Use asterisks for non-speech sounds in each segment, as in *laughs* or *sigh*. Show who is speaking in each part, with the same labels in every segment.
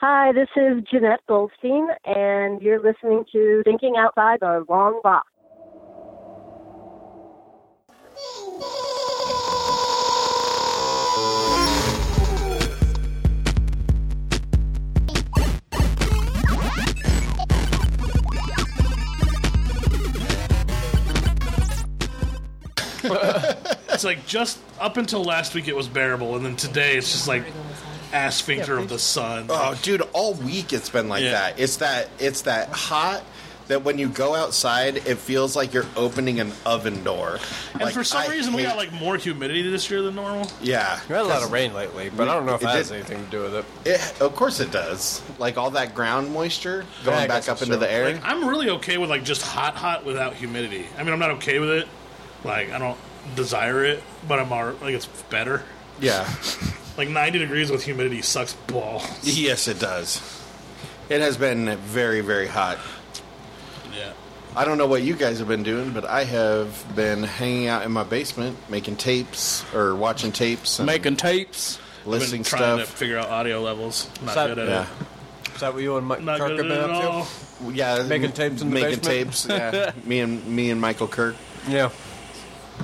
Speaker 1: Hi, this is Jeanette Goldstein, and you're listening to Thinking Outside the Long Box.
Speaker 2: It's like just up until last week it was bearable, and then today it's just like ass sphincter of the sun.
Speaker 3: Oh, dude, all week it's been like
Speaker 2: Yeah.
Speaker 3: that. It's that it's that hot that when you go outside, it feels like you're opening an oven door.
Speaker 2: and for some reason we got like more humidity this year than normal.
Speaker 3: yeah.
Speaker 4: We had a lot of rain lately, but I don't know if
Speaker 3: It
Speaker 4: that has
Speaker 3: did-
Speaker 4: anything to do with it.
Speaker 3: It, of course it does. Like all that ground moisture going
Speaker 4: Yeah, I
Speaker 3: back
Speaker 4: guess
Speaker 3: up
Speaker 4: that's
Speaker 3: into the
Speaker 4: true.
Speaker 3: air.
Speaker 2: Like I'm really okay with like just hot, hot without humidity. I mean, I'm not okay with it. Like I don't desire it, but I'm all, like it's better.
Speaker 3: yeah.
Speaker 2: Like 90 degrees with humidity sucks balls.
Speaker 3: yes, it does. It has been very, very hot.
Speaker 2: Yeah.
Speaker 3: I don't know what you guys have been doing, but I have been hanging out in my basement making tapes or watching tapes and
Speaker 4: Making tapes.
Speaker 2: I've been
Speaker 3: listening
Speaker 2: trying to
Speaker 3: stuff.
Speaker 2: figure out audio levels. Not
Speaker 4: So-
Speaker 2: good at
Speaker 3: yeah.
Speaker 2: it.
Speaker 4: Is that what you and Mike
Speaker 2: Not
Speaker 4: Kirk have
Speaker 2: good at
Speaker 4: been
Speaker 2: it at
Speaker 4: up
Speaker 2: all.
Speaker 4: to?
Speaker 3: Yeah,
Speaker 4: Making
Speaker 3: m-
Speaker 4: tapes in the
Speaker 3: making
Speaker 4: basement?
Speaker 3: tapes. Yeah, me and me and Michael Kirk,
Speaker 4: Yeah.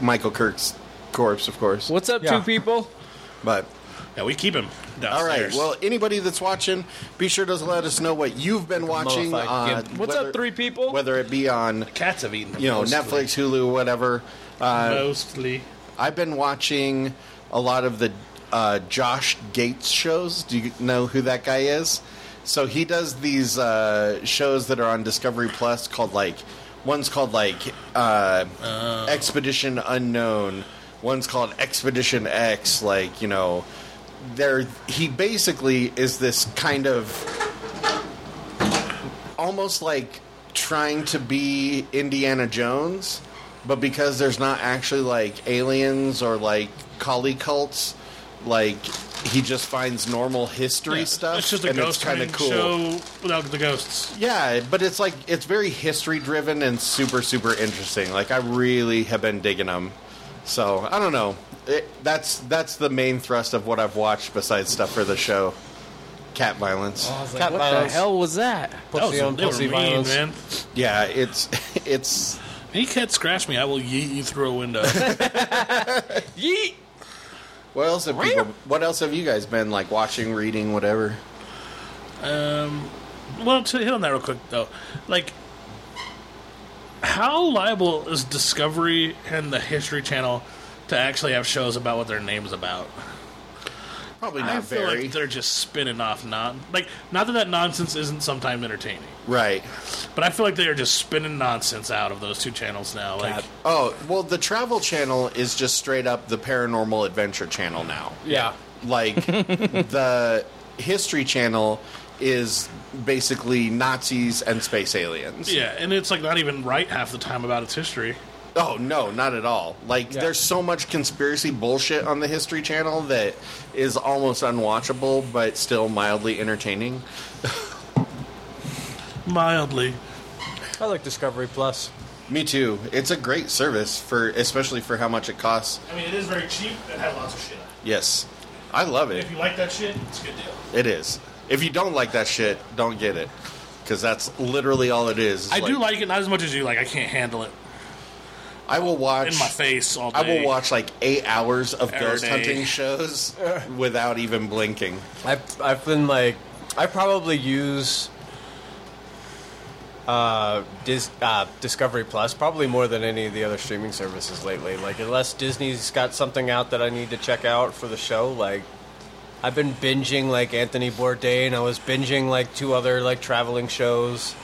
Speaker 3: Michael Kirk's corpse, of course.
Speaker 5: What's up,
Speaker 4: Yeah.
Speaker 5: two people?
Speaker 3: But
Speaker 2: Yeah, we keep him
Speaker 3: all right,
Speaker 2: downstairs.
Speaker 3: well, anybody that's watching, be sure to let us know what you've been watching.
Speaker 4: mummified
Speaker 3: on
Speaker 4: gimp.
Speaker 5: What's up, three people?
Speaker 3: Whether it be on
Speaker 2: cats have eaten him.
Speaker 3: you know
Speaker 2: mostly.
Speaker 3: Netflix, Hulu, whatever. Uh,
Speaker 2: Mostly.
Speaker 3: I've been watching a lot of the uh, Josh Gates shows. Do you know who that guy is? So he does these uh, shows that are on Discovery Plus called like one's called like uh, Expedition Unknown, one's called Expedition X. Like you know, there he basically is this kind of almost like trying to be Indiana Jones, but because there's not actually like aliens or like collie cults, like he just finds normal history
Speaker 2: Yeah,
Speaker 3: stuff.
Speaker 2: It's just a
Speaker 3: uh, and
Speaker 2: ghost
Speaker 3: kinda
Speaker 2: hunting show without the ghosts.
Speaker 3: Yeah, but it's like it's very history driven and super super interesting. Like I really have been digging them. So I don't know. It, that's that's the main thrust of what I've watched besides stuff for the show. Cat violence.
Speaker 4: Cat
Speaker 5: what
Speaker 4: violence.
Speaker 5: the hell was that?
Speaker 2: That was,
Speaker 4: Pussy on
Speaker 2: they were
Speaker 4: pussy
Speaker 2: mean,
Speaker 4: violence.
Speaker 2: man.
Speaker 3: Yeah, it's *laughs* it's
Speaker 2: Any cat scratch me, I will yeet you through a
Speaker 4: *laughs*
Speaker 2: window.
Speaker 5: Yeet!
Speaker 3: What else have people? What else have you guys been like watching, reading, whatever?
Speaker 2: Um, well, to hit on that real quick though, like, how liable is Discovery and the History Channel to actually have shows about what their name's about?
Speaker 3: Probably
Speaker 2: I feel like they're just spinning off non like not that that nonsense isn't sometimes entertaining,
Speaker 3: right.
Speaker 2: but I feel like they are just spinning nonsense out of those two channels now. Like,
Speaker 3: Oh well, the Travel Channel is just straight up the Paranormal Adventure Channel now.
Speaker 4: Yeah.
Speaker 2: *laughs*
Speaker 3: Like the History Channel is basically Nazis and space aliens.
Speaker 2: yeah, and it's like not even right half the time about its history.
Speaker 3: Oh no, not at all. Like
Speaker 4: Yeah.
Speaker 3: there's so much conspiracy bullshit on the History Channel that is almost unwatchable, but still mildly entertaining.
Speaker 2: Mildly,
Speaker 4: I like Discovery Plus.
Speaker 3: Me too. It's a great service for, especially for how much it costs.
Speaker 2: I mean, it is very cheap and has lots of shit.
Speaker 3: Yes. I love it.
Speaker 2: If you like that shit, it's a good deal.
Speaker 3: It is. If you don't like that shit, don't get it. Because that's literally all it is. It's
Speaker 2: I do like it not as much as you. Like, I can't handle it.
Speaker 3: I will watch.
Speaker 2: in my face all day.
Speaker 3: I will watch like eight hours of
Speaker 2: Every
Speaker 3: ghost
Speaker 2: day.
Speaker 3: hunting *laughs* shows without even blinking.
Speaker 4: I've, I've been like, I probably use uh, Dis, uh, Discovery Plus probably more than any of the other streaming services lately. Like, unless Disney's got something out that I need to check out for the show, like, I've been binging like Anthony Bourdain. I was binging like two other like traveling shows.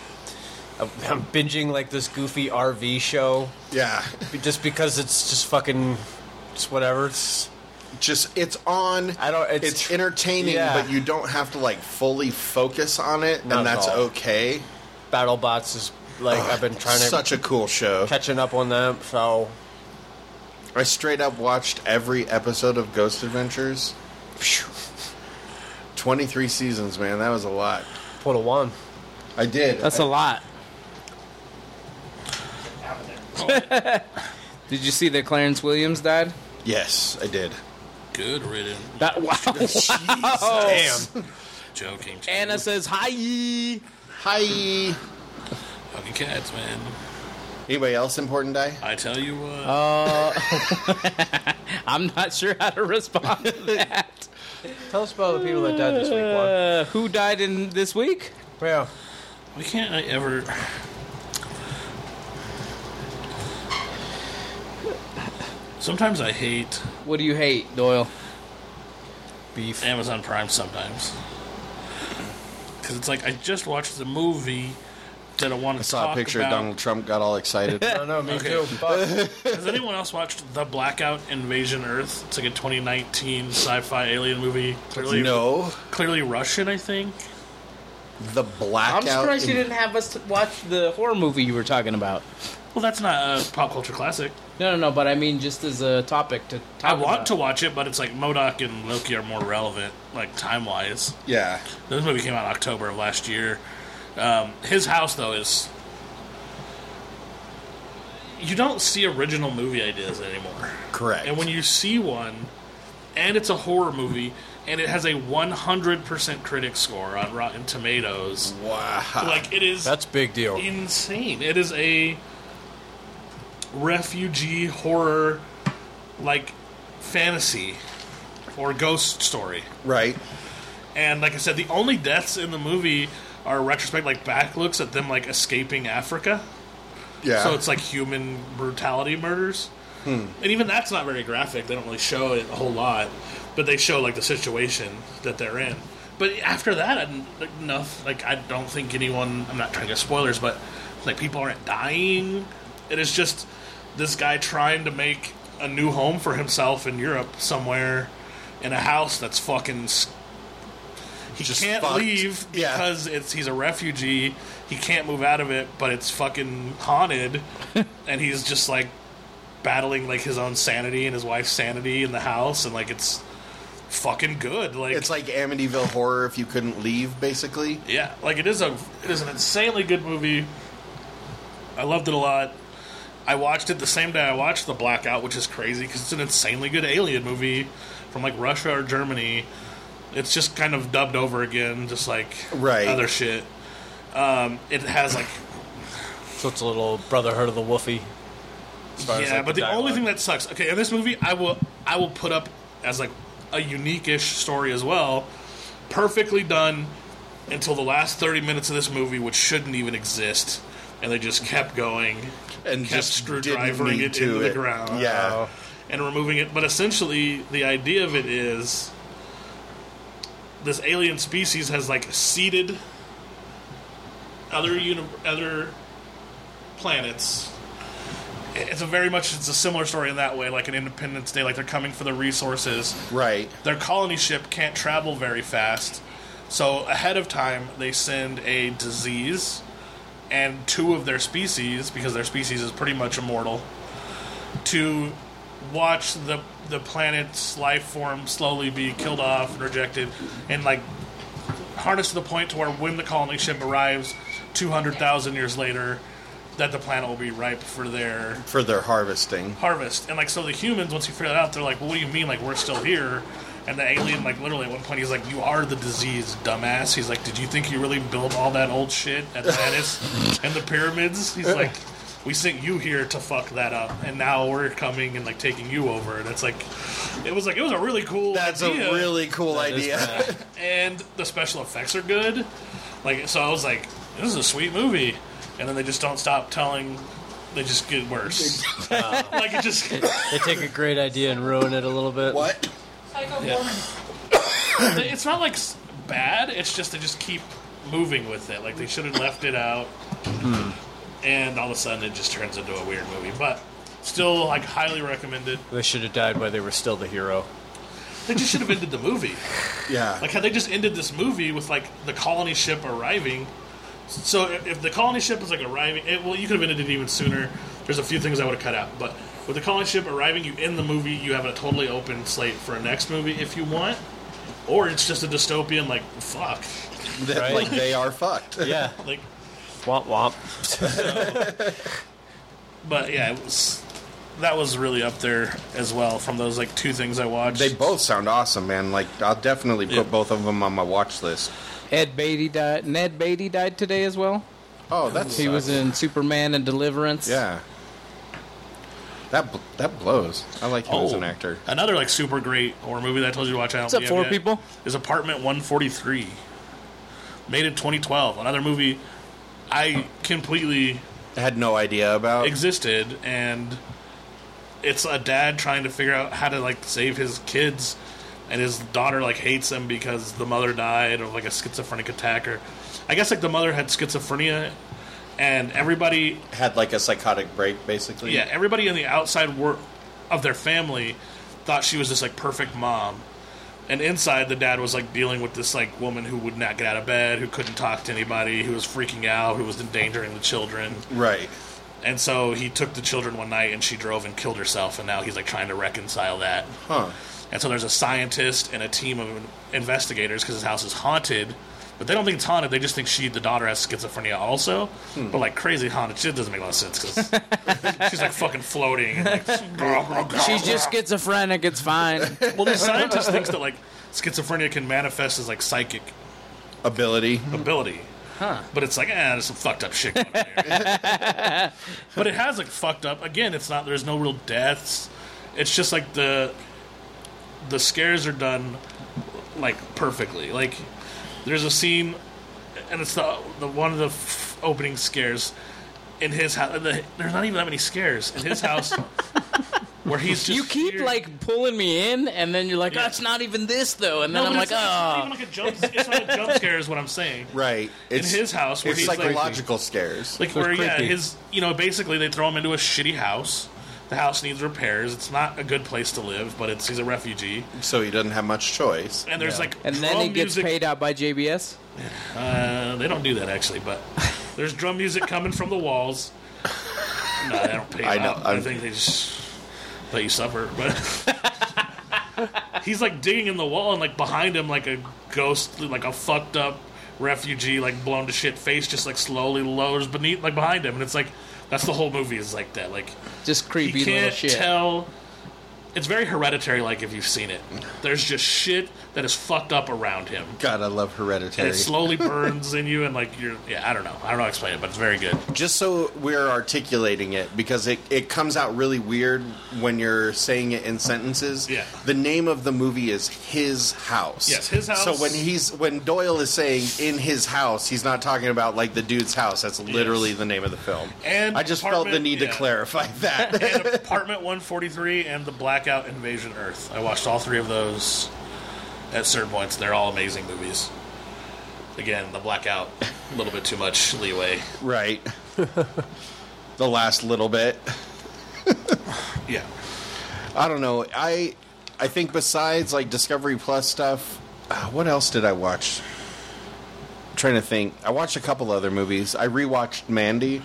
Speaker 4: I'm I'm binging like this goofy RV show
Speaker 3: Yeah.
Speaker 4: just because it's just fucking, it's whatever. It's,
Speaker 3: Just it's on.
Speaker 4: I don't-
Speaker 3: It's,
Speaker 4: it's tr-
Speaker 3: entertaining,
Speaker 4: yeah.
Speaker 3: but you don't have to like fully focus on it,
Speaker 4: Not
Speaker 3: and
Speaker 4: at
Speaker 3: that's
Speaker 4: all.
Speaker 3: okay.
Speaker 4: BattleBots is like I've been trying to
Speaker 3: Such a cool show.
Speaker 4: catching up on them. So
Speaker 3: I straight up watched every episode of Ghost Adventures. Phew. 23 seasons, man. That was a lot.
Speaker 4: put a one.
Speaker 3: I did.
Speaker 5: That's a lot. *laughs* Did you see that Clarence Williams died?
Speaker 3: yes, I did.
Speaker 2: Good riddance.
Speaker 3: Oh.
Speaker 5: That wow.
Speaker 2: *laughs*
Speaker 3: Damn.
Speaker 2: Joking.
Speaker 5: Anna says hi.
Speaker 3: Hi.
Speaker 2: Fucking cats, man.
Speaker 3: Anybody else important die?
Speaker 2: I tell you what.
Speaker 3: Uh.
Speaker 5: I'm not sure how to *laughs* respond to that.
Speaker 4: Tell us about the people that died this week, Juan.
Speaker 5: Uh, who died in this week?
Speaker 4: Yeah.
Speaker 2: Why can't I ever? Sometimes I hate
Speaker 5: What do you hate, Doyle?
Speaker 4: Beef.
Speaker 2: Amazon Prime sometimes because it's like I just watched the movie that I want to
Speaker 3: I saw a
Speaker 2: talk
Speaker 3: picture of
Speaker 2: about.
Speaker 3: Donald Trump got all excited.
Speaker 4: I don't know, Oh, me
Speaker 2: Okay.
Speaker 4: too. Fuck.
Speaker 2: Has anyone else watched The Blackout Invasion Earth? It's like a 2019 sci-fi alien movie. Clearly,
Speaker 3: no,
Speaker 2: clearly Russian, I think.
Speaker 3: the
Speaker 5: *laughs* I'm
Speaker 3: blackout.
Speaker 5: surprised you
Speaker 3: in-
Speaker 5: didn't have us watch the horror movie you were talking about.
Speaker 2: Well, that's not a pop culture classic.
Speaker 5: No, no, no. But I mean, just as a topic to. Talk
Speaker 2: I want
Speaker 5: about.
Speaker 2: to watch it, but it's like Modoc and Loki are more relevant, like time-wise.
Speaker 3: Yeah,
Speaker 2: This movie came out in October of last year. Um, his house, though, is. You don't see original movie ideas anymore.
Speaker 3: correct.
Speaker 2: And when you see one, and it's a horror movie, and it has a 100% critic score on Rotten Tomatoes,
Speaker 3: wow,
Speaker 2: like, it is
Speaker 4: That's big deal.
Speaker 2: insane. It is a refugee horror, like, fantasy or ghost story.
Speaker 3: right?
Speaker 2: And like I said, the only deaths in the movie are retrospect, like back looks at them like escaping Africa.
Speaker 3: Yeah.
Speaker 2: So it's like human brutality murders. And even that's not very graphic. They don't really show it a whole lot, but they show like the situation that they're in. But after that, I, like, enough. Like I don't think anyone. I'm not trying to get spoilers, but like people aren't dying. It is just this guy trying to make a new home for himself in Europe somewhere in a house that's fucking s- he
Speaker 3: Just
Speaker 2: can't
Speaker 3: fucked.
Speaker 2: leave
Speaker 3: Yeah.
Speaker 2: because it's he's a refugee. He can't move out of it, but it's fucking
Speaker 3: *laughs*
Speaker 2: haunted, and he's just like battling like his own sanity and his wife's sanity in the house, and like it's fucking good. Like
Speaker 3: it's like Amityville horror if you couldn't leave, basically.
Speaker 2: yeah, like it is a it is an insanely good movie. I loved it a lot. I watched it the same day I watched The Blackout, which is crazy because it's an insanely good alien movie from like Russia or Germany. It's just kind of dubbed over again, just like
Speaker 3: Right.
Speaker 2: other shit. Um, it has like
Speaker 4: So it's a little brotherhood of the woofy. as far as,
Speaker 2: yeah,
Speaker 4: like,
Speaker 2: but the, only
Speaker 4: dialogue.
Speaker 2: thing that sucks. Okay, in this movie, I will I will put up as like a unique-ish story as well, perfectly done until the last thirty minutes of this movie, which shouldn't even exist, and they just kept going
Speaker 3: And
Speaker 2: kept
Speaker 3: just
Speaker 2: screwdrivering
Speaker 3: didn't need
Speaker 2: it
Speaker 3: to
Speaker 2: into the
Speaker 3: it.
Speaker 2: ground.
Speaker 3: Yeah.
Speaker 2: and removing it. But essentially, the idea of it is this alien species has like seeded other uni- other planets. It's a very much it's a similar story in that way, like an Independence Day, like they're coming for the resources.
Speaker 3: Right.
Speaker 2: Their colony ship can't travel very fast, so ahead of time they send a disease and two of their species, because their species is pretty much immortal, to watch the the planet's life form slowly be killed off and rejected, and like harness to the point to where when the colony ship arrives, two hundred thousand years later, that the planet will be ripe for their
Speaker 3: For their harvesting.
Speaker 2: harvest. And like so the humans, once you figure that out, they're like, Well what do you mean like we're still here? And the alien like literally at one point he's like, You are the disease, dumbass. He's like, Did you think you really built all that old shit at Atlantis and the pyramids? He's like we sent you here to fuck that up, and now we're coming and like taking you over. And it's like, it was like it was a really cool.
Speaker 3: That's
Speaker 2: idea
Speaker 3: a really cool *laughs* idea.
Speaker 2: and the special effects are good. Like so, I was like, "This is a sweet movie," and then they just don't stop telling. They just get worse. *laughs* like it just
Speaker 4: They take a great idea and ruin it a little bit.
Speaker 3: what?
Speaker 2: it's not like s- bad. It's just they just keep moving with it. Like they should have left it out, and all of a sudden it just turns into a weird movie. But still, like highly recommended.
Speaker 4: They should have died while they were still the hero.
Speaker 2: They just should have ended the movie.
Speaker 3: Yeah.
Speaker 2: Like, had they just ended this movie with like the colony ship arriving? So if, if the colony ship was like arriving, it, well, you could have ended it even sooner. There's a few things I would have cut out, but with the colony ship arriving, you end the movie. You have a totally open slate for a next movie if you want, or it's just a dystopian like fuck,
Speaker 3: That,
Speaker 4: Right.
Speaker 3: Like they are fucked.
Speaker 4: *laughs* Yeah.
Speaker 2: like.
Speaker 4: womp womp.
Speaker 2: But yeah, it was that was really up there as well from those like two things I watched.
Speaker 3: They both sound awesome, man. Like I'll definitely put
Speaker 2: Yeah.
Speaker 3: both of them on my watch list.
Speaker 5: Ed Beatty died. Ned Beatty died today as well.
Speaker 3: Oh, that's
Speaker 5: He was in Superman and Deliverance.
Speaker 3: yeah. That bl- that blows. I like him as
Speaker 2: Oh.
Speaker 3: an actor.
Speaker 2: Another like super great horror movie that I told you to watch. I don't
Speaker 5: Oh. What's up,
Speaker 2: think I've
Speaker 5: four
Speaker 2: yet,
Speaker 5: people?
Speaker 2: Is Apartment 143. Made in 2012. Another movie I completely
Speaker 3: I had no idea about.
Speaker 2: existed, and it's a dad trying to figure out how to like save his kids, and his daughter like hates him because the mother died of like a schizophrenic attack, or I guess like the mother had schizophrenia, and everybody
Speaker 3: had like a psychotic break, basically.
Speaker 2: yeah, everybody on the outside wor- of their family thought she was this like perfect mom, and inside the dad was like dealing with this like woman who would not get out of bed, who couldn't talk to anybody, who was freaking out, who was endangering the children,
Speaker 3: Right.
Speaker 2: and so he took the children one night and she drove and killed herself, and now he's like trying to reconcile that.
Speaker 3: Huh.
Speaker 2: And so there's a scientist and a team of investigators because his house is haunted. But they don't think it's haunted. They just think she, the daughter, has schizophrenia also. But like crazy haunted shit doesn't make a lot of sense because *laughs* she's like fucking floating. And, like,
Speaker 5: She's just schizophrenic. It's fine.
Speaker 2: *laughs* well, the scientist thinks that like schizophrenia can manifest as like psychic
Speaker 3: Ability.
Speaker 2: ability. Huh. But it's like, eh, there's some fucked up shit going on here.
Speaker 5: *laughs*
Speaker 2: but it has like fucked up. Again, it's not. There's no real deaths. It's just like the the scares are done like perfectly. Like there's a scene, and it's the the one of the f- opening scares in his house. The, there's not even that many scares in his
Speaker 5: *laughs*
Speaker 2: house. Where he's just
Speaker 5: *laughs* you keep
Speaker 2: here.
Speaker 5: like pulling me in, and then you're like, "Oh, it's not even this though," and then
Speaker 2: No,
Speaker 5: I'm
Speaker 2: but
Speaker 5: like,
Speaker 2: it's not-
Speaker 5: "Oh."
Speaker 2: it's not even like a jump. It's not a jump scare, is what I'm saying.
Speaker 3: Right. It's
Speaker 2: his house where
Speaker 3: It's
Speaker 2: he's, like-
Speaker 3: psychological scares.
Speaker 2: Like
Speaker 5: So it's
Speaker 2: where yeah,
Speaker 5: creepy.
Speaker 2: his you know basically they throw him into a shitty house. The house needs repairs. It's not a good place to live, but it's he's a refugee,
Speaker 3: so he doesn't have much choice.
Speaker 2: and there's like
Speaker 5: And then
Speaker 2: drum
Speaker 5: he gets
Speaker 2: music.
Speaker 5: paid out by JBS.
Speaker 2: Uh, they don't do that actually,
Speaker 5: *laughs*
Speaker 2: but there's drum music coming from the walls. No, they don't pay.
Speaker 3: I
Speaker 2: I
Speaker 3: know,
Speaker 2: I
Speaker 3: I'm-
Speaker 2: think they just let you suffer. But *laughs* he's like digging in the wall, and like behind him, like a ghost, like a fucked up refugee, like blown to shit face, just like slowly lowers beneath, like behind him, and it's like that's the whole movie is like that. Like
Speaker 5: Just creepy
Speaker 2: you
Speaker 5: little
Speaker 2: can't
Speaker 5: shit.
Speaker 2: tell. It's very hereditary, like if you've seen it. There's just shit that is fucked up around him
Speaker 3: God, I love Hereditary.
Speaker 2: and it
Speaker 3: *laughs*
Speaker 2: slowly burns in you and like you're yeah i don't know i don't know how to explain it but it's very good
Speaker 3: Just so we're articulating it, because it, it comes out really weird when you're saying it in sentences.
Speaker 2: Yeah.
Speaker 3: The name of the movie is His House.
Speaker 2: Yes, His House.
Speaker 3: So when he's when Doyle is saying in his house, he's not talking about like the dude's house. That's literally the name of the film.
Speaker 2: And
Speaker 3: I just felt the
Speaker 2: apartment-
Speaker 3: need to
Speaker 2: yeah.
Speaker 3: clarify
Speaker 2: *laughs*
Speaker 3: that. *laughs*
Speaker 2: and apartment 143 and the blackout invasion earth i watched all three of those at certain points they're all amazing movies again the blackout a little bit too much leeway
Speaker 3: right. *laughs* the last little bit.
Speaker 2: yeah
Speaker 3: I don't know. I I think besides like Discovery Plus stuff, uh, what else did I watch? I'm trying to think. I watched a couple other movies. I rewatched Mandy.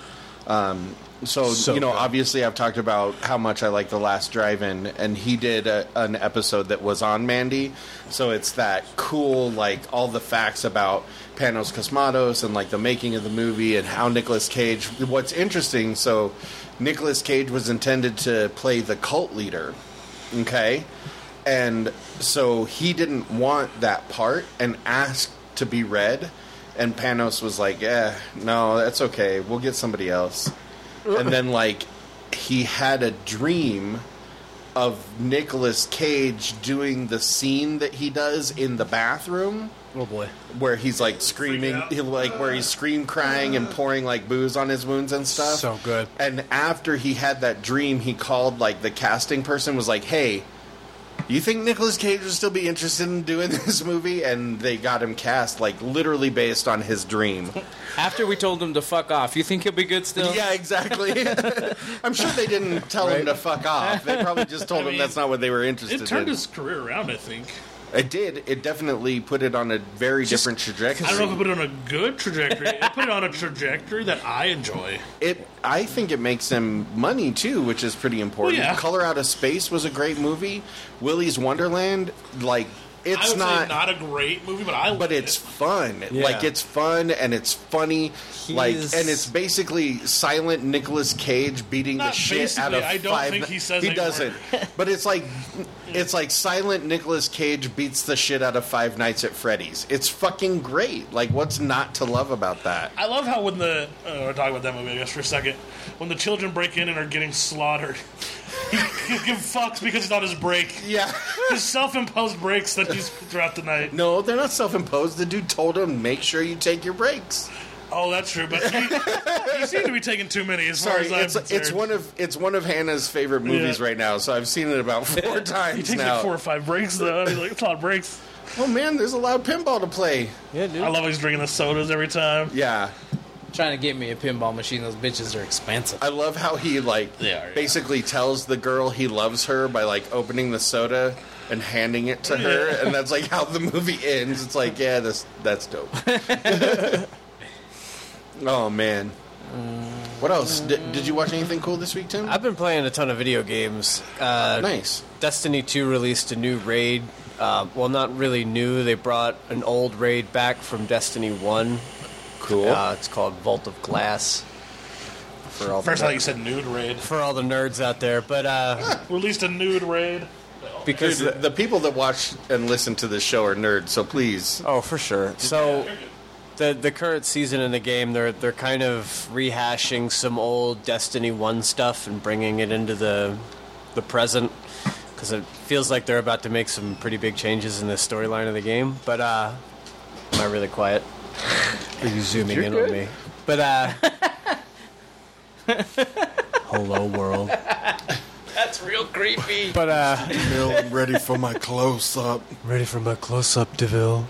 Speaker 3: Um, so,
Speaker 4: So
Speaker 3: you know,
Speaker 4: good.
Speaker 3: obviously, I've talked about how much I like The Last Drive-In, and he did a, an episode that was on Mandy. So it's that cool, like all the facts about Panos Cosmatos and like the making of the movie and how Nicolas Cage. What's interesting? So Nicolas Cage was intended to play the cult leader. Okay. And so he didn't want that part and asked to be read. And Panos was like, eh, no, that's okay. We'll get somebody else. and then, like, he had a dream of Nicolas Cage doing the scene that he does in the bathroom
Speaker 4: Oh boy.
Speaker 3: where he's like screaming,
Speaker 2: out.
Speaker 3: he, like where he's scream crying and pouring like booze on his wounds and stuff.
Speaker 4: So good.
Speaker 3: And after he had that dream, he called like the casting person was like, "Hey, you think Nicolas Cage would still be interested in doing *laughs* this movie?" And they got him cast like literally based on
Speaker 2: *laughs*
Speaker 3: his dream.
Speaker 5: After we told him to fuck off, you think he'll be good still?
Speaker 3: yeah, exactly. *laughs* I'm sure they didn't tell him to fuck off. They probably just told
Speaker 2: I
Speaker 3: him
Speaker 2: mean,
Speaker 3: that's not what they were interested
Speaker 2: it turned
Speaker 3: in.
Speaker 2: his career around i think
Speaker 3: It did. It definitely put it on a very different trajectory.
Speaker 2: i don't know if it put it on a good trajectory it put it on a trajectory that i enjoy
Speaker 3: It, I think it makes them money too, which is pretty important.
Speaker 2: Well, yeah.
Speaker 3: Color Out of Space was a great movie. Willy's Wonderland, like
Speaker 2: I
Speaker 3: it's
Speaker 2: would
Speaker 3: not,
Speaker 2: say not a great movie, but I
Speaker 3: but
Speaker 2: loved
Speaker 3: it's
Speaker 2: it.
Speaker 3: fun.
Speaker 4: Yeah.
Speaker 3: Like it's fun and it's funny. Like
Speaker 4: He's-
Speaker 3: and it's basically silent Nicolas Cage beating the
Speaker 2: Not
Speaker 3: shit out of
Speaker 2: basically, I don't
Speaker 3: five.
Speaker 2: think he says a
Speaker 3: doesn't. but it's like it's like silent Nicolas Cage beats the shit out of Five Nights at Freddy's. It's fucking great. Like what's not to love about that?
Speaker 2: I love how when the uh, we're talking about that movie, I guess for a second, when the children break in and are getting slaughtered, *laughs* he, he'll give fucks because it's not his break,
Speaker 3: Yeah.
Speaker 2: his self-imposed breaks that he's throughout the night.
Speaker 3: No, they're not self-imposed. The dude told him, "Make sure you take your breaks."
Speaker 2: Oh, that's true, but he, he seemed to be taking too many. As
Speaker 3: Sorry,
Speaker 2: far as I'm
Speaker 3: it's it's
Speaker 2: concerned.
Speaker 3: one of it's one of Hannah's favorite movies
Speaker 2: Yeah.
Speaker 3: right now. So I've seen it about four times
Speaker 2: He takes
Speaker 3: now.
Speaker 2: like four or five breaks though. I mean, like, it's a lot of breaks.
Speaker 3: Oh man, there's a lot of pinball to play.
Speaker 4: Yeah, dude.
Speaker 2: I love how he's drinking the sodas every time.
Speaker 3: Yeah.
Speaker 5: Trying to get me a pinball machine. Those bitches are expensive.
Speaker 3: I love how he like
Speaker 5: They are, yeah.
Speaker 3: basically tells the girl he loves her by like opening the soda and handing it to her and that's like how the movie ends. It's like, yeah, that's that's dope. *laughs* oh man. What else? Did, did you watch anything cool this week, Tim?
Speaker 4: I've been playing a ton of video games. Uh,
Speaker 3: nice.
Speaker 4: Destiny 2 released a new raid. Uh, well, not really new. They brought an old raid back from Destiny 1.
Speaker 3: Cool.
Speaker 4: Uh, it's called Vault of Glass. For all,
Speaker 2: First,
Speaker 4: the
Speaker 2: I thought you said nude raid.
Speaker 4: for all the nerds out there. But uh,
Speaker 2: Released a nude raid.
Speaker 4: because.
Speaker 3: Dude, the, the people that watch and listen to this show are nerds, so please.
Speaker 4: Oh, for sure. So, the the current season in the game, they're they're kind of rehashing some old Destiny One stuff and bringing it into the the present because it feels like they're about to make some pretty big changes in the storyline of the game. But uh, am I really quiet? Are you zooming in on me? But uh, *laughs* hello world.
Speaker 5: That's real *laughs* creepy.
Speaker 4: But uh.
Speaker 3: I'm ready for my close up.
Speaker 4: Ready for my close up, Deville.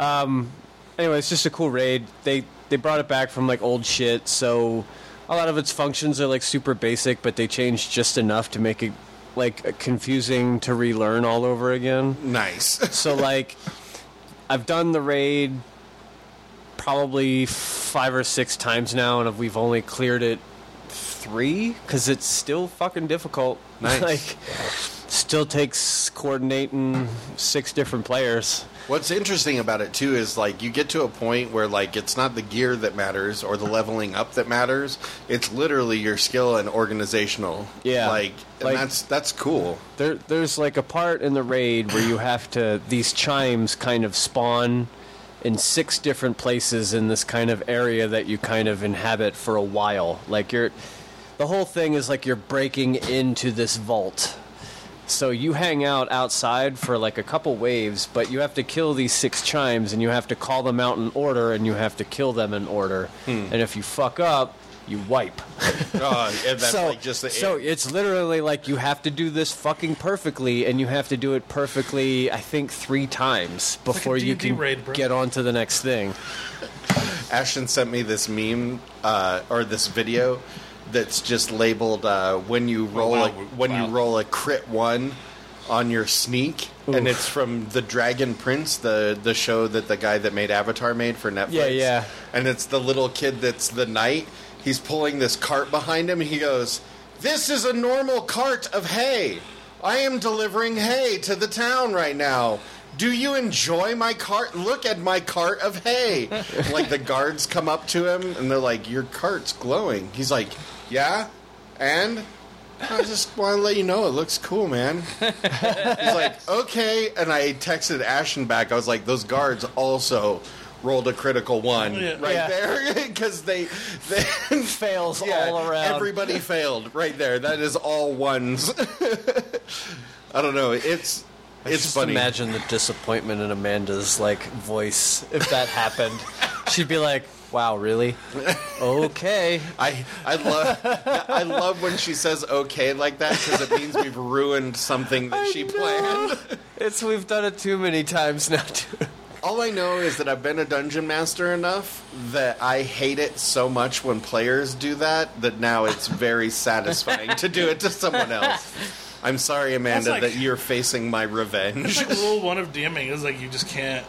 Speaker 4: Um. Anyway, it's just a cool raid. They they brought it back from like old shit, so a lot of its functions are like super basic, but they changed just enough to make it like confusing to relearn all over again.
Speaker 3: Nice. *laughs*
Speaker 4: So like, I've done the raid probably five or six times now, and we've only cleared it three because it's still fucking difficult.
Speaker 3: Nice.
Speaker 4: *laughs* like, still takes coordinating six different players.
Speaker 3: What's interesting about it too is like you get to a point where like it's not the gear that matters or the leveling up that matters. It's literally your skill and organizational.
Speaker 4: Yeah.
Speaker 3: Like, and
Speaker 4: Like-
Speaker 3: that's that's *laughs* cool.
Speaker 4: There, there's like a part in the raid where you have to these chimes kind of spawn in six different places in this kind of area that you kind of inhabit for a while. Like you're, the whole thing is like you're breaking into this vault. So you hang out outside for like a couple waves, but you have to kill these six chimes and you have to call them out in order and you have to kill them in order. And if you fuck up, you wipe
Speaker 3: Uh, and that's
Speaker 4: so,
Speaker 3: like just the
Speaker 4: so it's literally like you have to do this fucking perfectly, and you have to do it perfectly. I think three times before you
Speaker 2: D&D
Speaker 4: can
Speaker 2: raid, bro.
Speaker 4: get on to the next thing.
Speaker 3: Ashton sent me this meme uh, or this video that's just labeled uh, when you roll
Speaker 2: Oh, wow.
Speaker 3: a, when you roll a crit one on your sneak, and it's from the Dragon Prince, the the show that the guy that made Avatar made for Netflix.
Speaker 4: Yeah, yeah.
Speaker 3: And it's the little kid that's the knight. He's pulling this cart behind him. And he goes, "This is a normal cart of hay. I am delivering hay to the town right now." Do you enjoy my cart? Look at my cart of hay. like the guards come up to him and they're like, "Your cart's glowing." He's like, "Yeah, and I just want to let you know it looks cool, man." He's like, okay. And I texted Ashton back. I was like, those guards also rolled a critical one
Speaker 2: Yeah.
Speaker 3: right
Speaker 4: Yeah.
Speaker 3: there *laughs* because they, they
Speaker 4: Fails
Speaker 3: *laughs* yeah,
Speaker 4: all around.
Speaker 3: Everybody failed right there. That is all ones. *laughs* I don't know. It's it's
Speaker 4: Just
Speaker 3: funny.
Speaker 4: imagine the disappointment in Amanda's like voice if that happened. She'd be like,
Speaker 3: *laughs*
Speaker 4: "Wow, really? Okay."
Speaker 3: I I love I love when she says okay like that because it means we've ruined something that
Speaker 4: I
Speaker 3: she
Speaker 4: know.
Speaker 3: planned.
Speaker 4: It's we've done it too many times now. Too.
Speaker 3: All I know is that I've been a dungeon master enough that I hate it so much when players do that that now it's
Speaker 4: *laughs*
Speaker 3: very satisfying to do it to someone else. I'm sorry, Amanda,
Speaker 2: That's like-
Speaker 3: that you're facing my revenge.
Speaker 2: It's like rule one of DMing is like you just can't.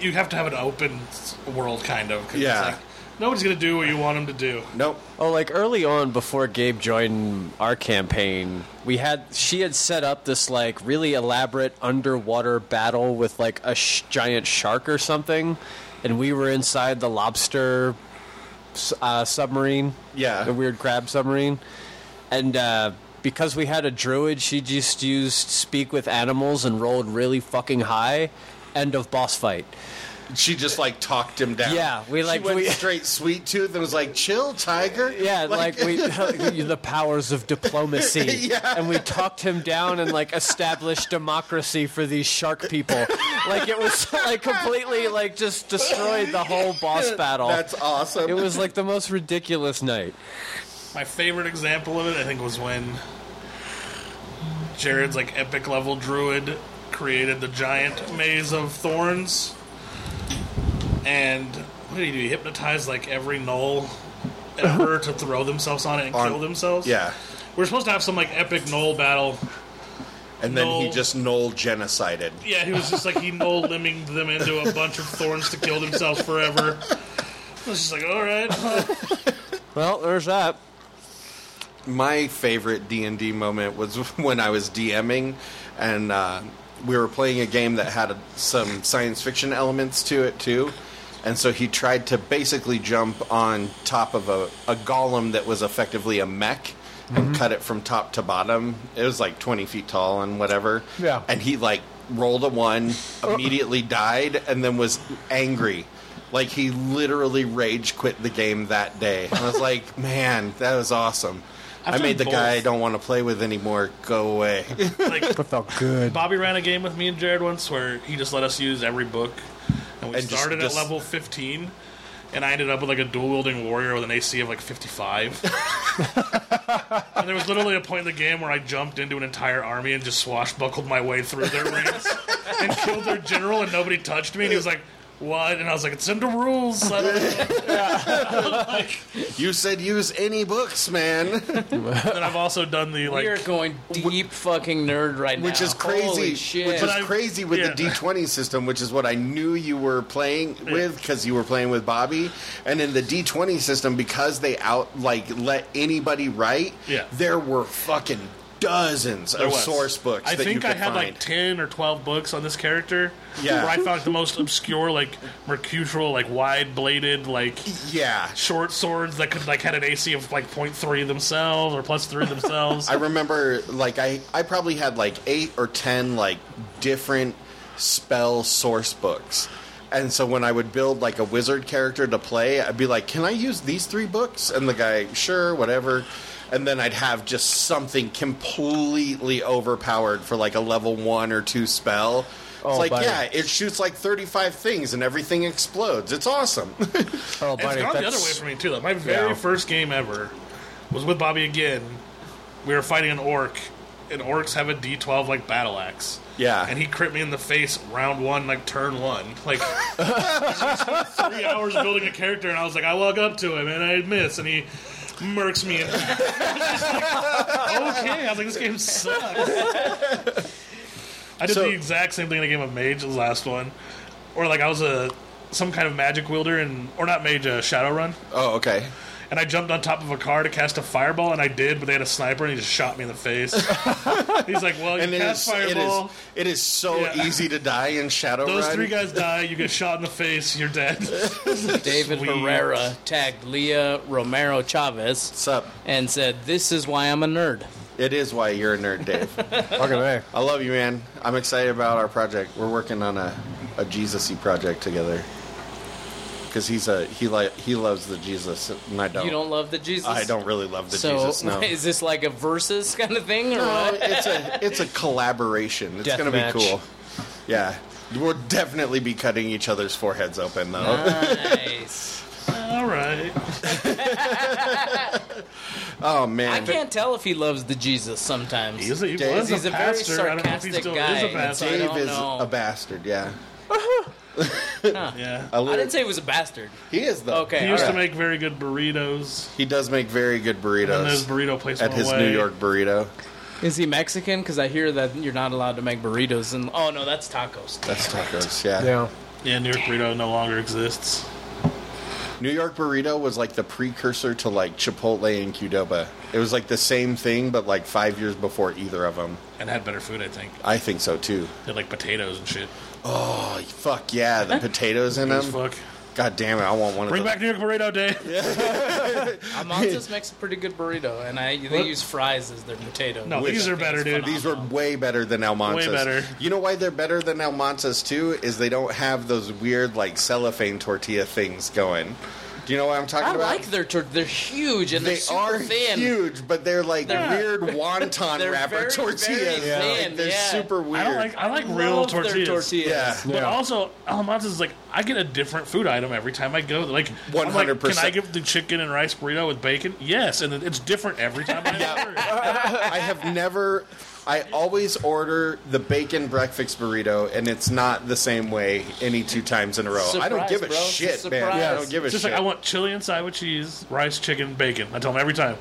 Speaker 2: You have to have an open s- world, kind of. 'cause it's
Speaker 3: Yeah.
Speaker 2: like, Nobody's gonna do what you want them to do.
Speaker 3: Nope.
Speaker 4: Oh, like early on before Gabe joined our campaign, we had she had set up this like really elaborate underwater battle with like a sh- giant shark or something, and we were inside the lobster s- uh, submarine.
Speaker 3: Yeah.
Speaker 4: the weird crab submarine, and uh, because we had a druid, she just used speak with animals and rolled really fucking high. End of boss fight.
Speaker 3: She just like talked him down.
Speaker 4: Yeah, we, like,
Speaker 3: she went
Speaker 4: we-
Speaker 3: straight sweet tooth and was like, "Chill, tiger."
Speaker 4: Yeah, like,
Speaker 3: *laughs*
Speaker 4: we *laughs* the powers of diplomacy,
Speaker 3: Yeah.
Speaker 4: and we talked him down and like established democracy for these shark people. Like it was *laughs* like completely like just destroyed the whole boss battle.
Speaker 3: That's awesome.
Speaker 4: it was like the most ridiculous night.
Speaker 2: My favorite example of it, I think, was when Jared's like epic level druid created the giant maze of thorns, and what did he do? He hypnotized like every knoll ever to throw themselves on it and
Speaker 3: On-
Speaker 2: kill themselves.
Speaker 3: yeah,
Speaker 2: we're supposed to have some like epic knoll battle.
Speaker 3: and then he
Speaker 2: Noel-
Speaker 3: just Noel genocided.
Speaker 2: Yeah, he was just like he knoll limbing them into a bunch of thorns to kill themselves forever. I was just like, all right,
Speaker 4: Well, there's that.
Speaker 3: my favorite d&d moment was *laughs* when i was dming and uh, we were playing a game that had some science fiction elements to it too and so he tried to basically jump on top of a, a golem that was effectively a mech and cut it from top to bottom it was like 20 feet tall and whatever
Speaker 4: Yeah.
Speaker 3: and he like rolled a one immediately died and then was angry like he literally rage quit the game that day and i was like *laughs* man that was awesome
Speaker 2: I've
Speaker 3: I
Speaker 2: done
Speaker 3: made the
Speaker 2: both.
Speaker 3: guy I don't want to play with anymore go
Speaker 2: *laughs*
Speaker 3: away.
Speaker 2: like
Speaker 4: It felt good.
Speaker 2: Bobby ran a game with me and Jared once where he just let us use every book, and we
Speaker 3: And just-
Speaker 2: started
Speaker 3: just-
Speaker 2: at level fifteen, and I ended up with like a dual wielding warrior with an AC of like fifty
Speaker 3: *laughs*
Speaker 2: five. and there was literally a point in the game where I jumped into an entire army and just swashbuckled my way through their ranks and killed their general, and nobody touched me. And he was like. What? And I was like, it's in the rules. I don't know. like,
Speaker 3: you said use any books, man,
Speaker 2: and I've also done the like
Speaker 5: we are going deep fucking nerd right now.
Speaker 3: which is
Speaker 5: Holy
Speaker 3: crazy.
Speaker 5: shit.
Speaker 3: Which is
Speaker 2: But I-
Speaker 3: crazy with the
Speaker 2: yeah.
Speaker 3: D20 system, which is what I knew you were playing with because you were playing with Bobby. And in the D20 system, because they out like let anybody write,
Speaker 2: Yeah.
Speaker 3: there were fucking dozens
Speaker 2: There
Speaker 3: of
Speaker 2: was.
Speaker 3: source books.
Speaker 2: I
Speaker 3: that
Speaker 2: think
Speaker 3: you could
Speaker 2: I had
Speaker 3: find.
Speaker 2: like ten or twelve books on this character.
Speaker 3: Yeah.
Speaker 2: where I found like, the most obscure, like mercutral, like wide bladed, like
Speaker 3: yeah.
Speaker 2: short swords that could like had an AC of like 0.3 themselves or plus
Speaker 3: *laughs*
Speaker 2: three themselves.
Speaker 3: I remember like I I probably had like eight or ten like different spell source books. And so when I would build like a wizard character to play, I'd be like, "Can I use these three books?" And the guy, "Sure, whatever." And then I'd have just something completely overpowered for like a level 1 or 2 spell. it's
Speaker 4: Oh,
Speaker 3: like,
Speaker 4: buddy.
Speaker 3: yeah, it shoots like 35 things and everything explodes. It's awesome. *laughs*
Speaker 4: Oh,
Speaker 2: it's
Speaker 4: buddy,
Speaker 2: gone the other way
Speaker 4: that's-
Speaker 2: for me too. Like my very
Speaker 4: Yeah.
Speaker 2: first game ever was with Bobby again. We were fighting an orc, and orcs have a D12 like battle axe.
Speaker 3: Yeah.
Speaker 2: and he crit me in the face round one, like turn one. Like *laughs* I spent three hours building a character, and I was like, I walk up to him and I miss, and he murks me. *laughs* And okay, I was like, this game sucks. I did
Speaker 3: So-
Speaker 2: the exact same thing in a game of Mage, the last one, or like I was a some kind of magic wielder and or not mage, uh, a shadow run,
Speaker 3: oh, okay.
Speaker 2: and I jumped on top of a car to cast a fireball, and I did, but they had a sniper, and he just shot me in the
Speaker 3: *laughs*
Speaker 2: face. He's like, "Well, you
Speaker 3: And it
Speaker 2: cast
Speaker 3: is, it
Speaker 2: fireball."
Speaker 3: is it is so
Speaker 2: Yeah.
Speaker 3: easy to die in Shadowrun.
Speaker 2: Those three guys die, you get shot in the face, you're dead.
Speaker 3: *laughs*
Speaker 5: David
Speaker 2: Sweet.
Speaker 5: Herrera tagged Leah Romero Chavez
Speaker 3: What's up?
Speaker 5: and said, "This is why I'm a nerd."
Speaker 3: It is why you're a nerd, Dave.
Speaker 4: Fucking A.
Speaker 3: I love you, man. I'm excited about our project. We're working on a, a Jesus-y project together. Because he's a he like he loves the Jesus, and I don't.
Speaker 5: You don't love the Jesus.
Speaker 3: I don't really love the
Speaker 5: So *laughs*
Speaker 3: Jesus. No, *laughs*
Speaker 5: is this like a versus kind of thing, or
Speaker 3: no,
Speaker 5: what?
Speaker 3: it's a it's a collaboration. It's
Speaker 4: Death
Speaker 3: gonna
Speaker 4: match.
Speaker 3: be cool. Yeah, we'll definitely be cutting each other's foreheads open though.
Speaker 5: Nice.
Speaker 2: All right.
Speaker 3: oh
Speaker 5: I
Speaker 3: man,
Speaker 5: can't tell if he loves the Jesus sometimes.
Speaker 2: He's a, he
Speaker 3: Dave-
Speaker 2: was
Speaker 5: He's
Speaker 2: a,
Speaker 5: a very
Speaker 2: pastor. I don't know if he
Speaker 5: sarcastic
Speaker 2: still
Speaker 5: guy.
Speaker 2: is a pastor.
Speaker 5: I
Speaker 3: Dave
Speaker 5: don't
Speaker 3: is
Speaker 5: know.
Speaker 3: a bastard. Yeah,
Speaker 2: Yeah.
Speaker 3: A
Speaker 5: I
Speaker 3: little-
Speaker 5: didn't say he was a bastard.
Speaker 3: he is though.
Speaker 5: Okay.
Speaker 2: He used to
Speaker 5: alright.
Speaker 2: make very good burritos.
Speaker 3: he does make very good
Speaker 2: And his
Speaker 3: burritos
Speaker 2: burrito place
Speaker 3: at
Speaker 2: went
Speaker 3: his
Speaker 2: away.
Speaker 3: New York burrito.
Speaker 5: Is he Mexican? Because I hear that you're not allowed to make burritos. And oh no, *laughs* that's tacos.
Speaker 3: That's tacos. Yeah.
Speaker 4: Yeah.
Speaker 2: Yeah, New York burrito no longer exists.
Speaker 3: New York burrito was like the precursor to like Chipotle and Qdoba. It was like the same thing, but like five years before either of them.
Speaker 2: and had better food. I think
Speaker 3: I think so too.
Speaker 2: they like potatoes and shit.
Speaker 3: Oh fuck yeah, the potatoes in them.
Speaker 2: As fuck.
Speaker 3: God damn it, I want one
Speaker 2: Bring
Speaker 3: of those.
Speaker 2: back New York Burrito Day.
Speaker 5: Amantes makes a pretty good burrito, and I they use fries as their potato.
Speaker 2: No,
Speaker 5: which
Speaker 2: these
Speaker 5: I
Speaker 2: are
Speaker 5: think
Speaker 2: better,
Speaker 5: is
Speaker 2: dude.
Speaker 5: phenomenal.
Speaker 3: These were way better than Almontes.
Speaker 2: Way better.
Speaker 3: You know why they're better than Almontes too? Is they don't have those weird like cellophane tortilla things going. Do you know what I'm talking
Speaker 5: I
Speaker 3: about?
Speaker 5: like their tur- they're huge and
Speaker 3: they
Speaker 5: are super
Speaker 3: are
Speaker 5: thin.
Speaker 3: huge, but they're like weird
Speaker 5: *laughs*
Speaker 3: wonton
Speaker 5: They're
Speaker 3: wrapper
Speaker 5: very,
Speaker 3: tortillas.
Speaker 5: very
Speaker 3: Like,
Speaker 5: thin,
Speaker 3: they're
Speaker 5: yeah.
Speaker 3: super weird.
Speaker 2: I don't like. I like
Speaker 5: Love
Speaker 2: real
Speaker 5: their
Speaker 2: tortillas.
Speaker 5: tortillas.
Speaker 3: Yeah.
Speaker 2: But also, Alamantes is like I get a different food item every time I go. Like I'm like,
Speaker 3: 100%.
Speaker 2: Can I get the chicken and rice burrito with bacon? Yes, and it's different every time
Speaker 3: *laughs*
Speaker 2: I order. it.
Speaker 3: I have never. I always order the bacon breakfast burrito, and it's not the same way any two times in a row. I don't
Speaker 5: Surprise,
Speaker 3: give a
Speaker 5: bro. It's a
Speaker 3: shit, man.
Speaker 5: surprise.
Speaker 3: I don't give a
Speaker 2: It's just
Speaker 3: shit.
Speaker 2: like I want chili inside with cheese, rice, chicken, bacon. I tell them every time.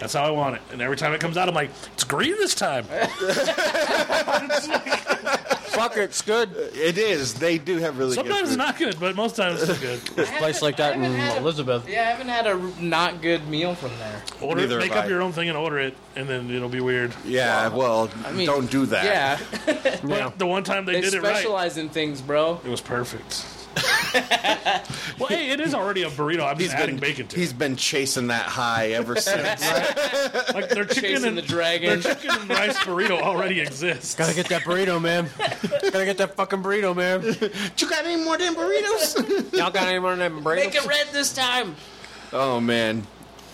Speaker 2: That's how I want it. And every time it comes out, I'm like, it's green this
Speaker 3: *laughs*
Speaker 2: time.
Speaker 4: Fuck, it's good.
Speaker 3: it is. They do have really.
Speaker 2: Sometimes it's
Speaker 3: good food.
Speaker 2: not good, but most times it's good.
Speaker 4: Place like that in
Speaker 5: haven't had a-
Speaker 4: Elizabeth.
Speaker 5: Yeah, I haven't had a r- not good meal from there.
Speaker 2: Order, it,
Speaker 3: *laughs* Neither
Speaker 2: make
Speaker 3: have
Speaker 2: up
Speaker 3: I.
Speaker 2: your own thing and order it, and then it'll be weird.
Speaker 3: Yeah, well,
Speaker 5: mean,
Speaker 3: don't do that. *laughs*
Speaker 5: Yeah,
Speaker 2: But the one time they,
Speaker 5: they
Speaker 2: did it right,
Speaker 5: specialize in things, bro.
Speaker 2: it was
Speaker 5: *laughs*
Speaker 2: perfect. well, hey, it is already a burrito. I'm just adding bacon to it.
Speaker 3: He's been chasing that high
Speaker 2: *laughs*
Speaker 3: ever since.
Speaker 2: Like their chicken
Speaker 5: Chasing
Speaker 2: and
Speaker 3: *laughs*
Speaker 5: the dragon.
Speaker 2: their chicken and rice burrito already exists.
Speaker 4: Gotta get that burrito, man. Gotta get that fucking burrito, man.
Speaker 3: you got any more damn
Speaker 5: *laughs*
Speaker 3: burritos?
Speaker 4: Y'all got any more of them burritos?
Speaker 5: Make it red this time.
Speaker 3: oh man,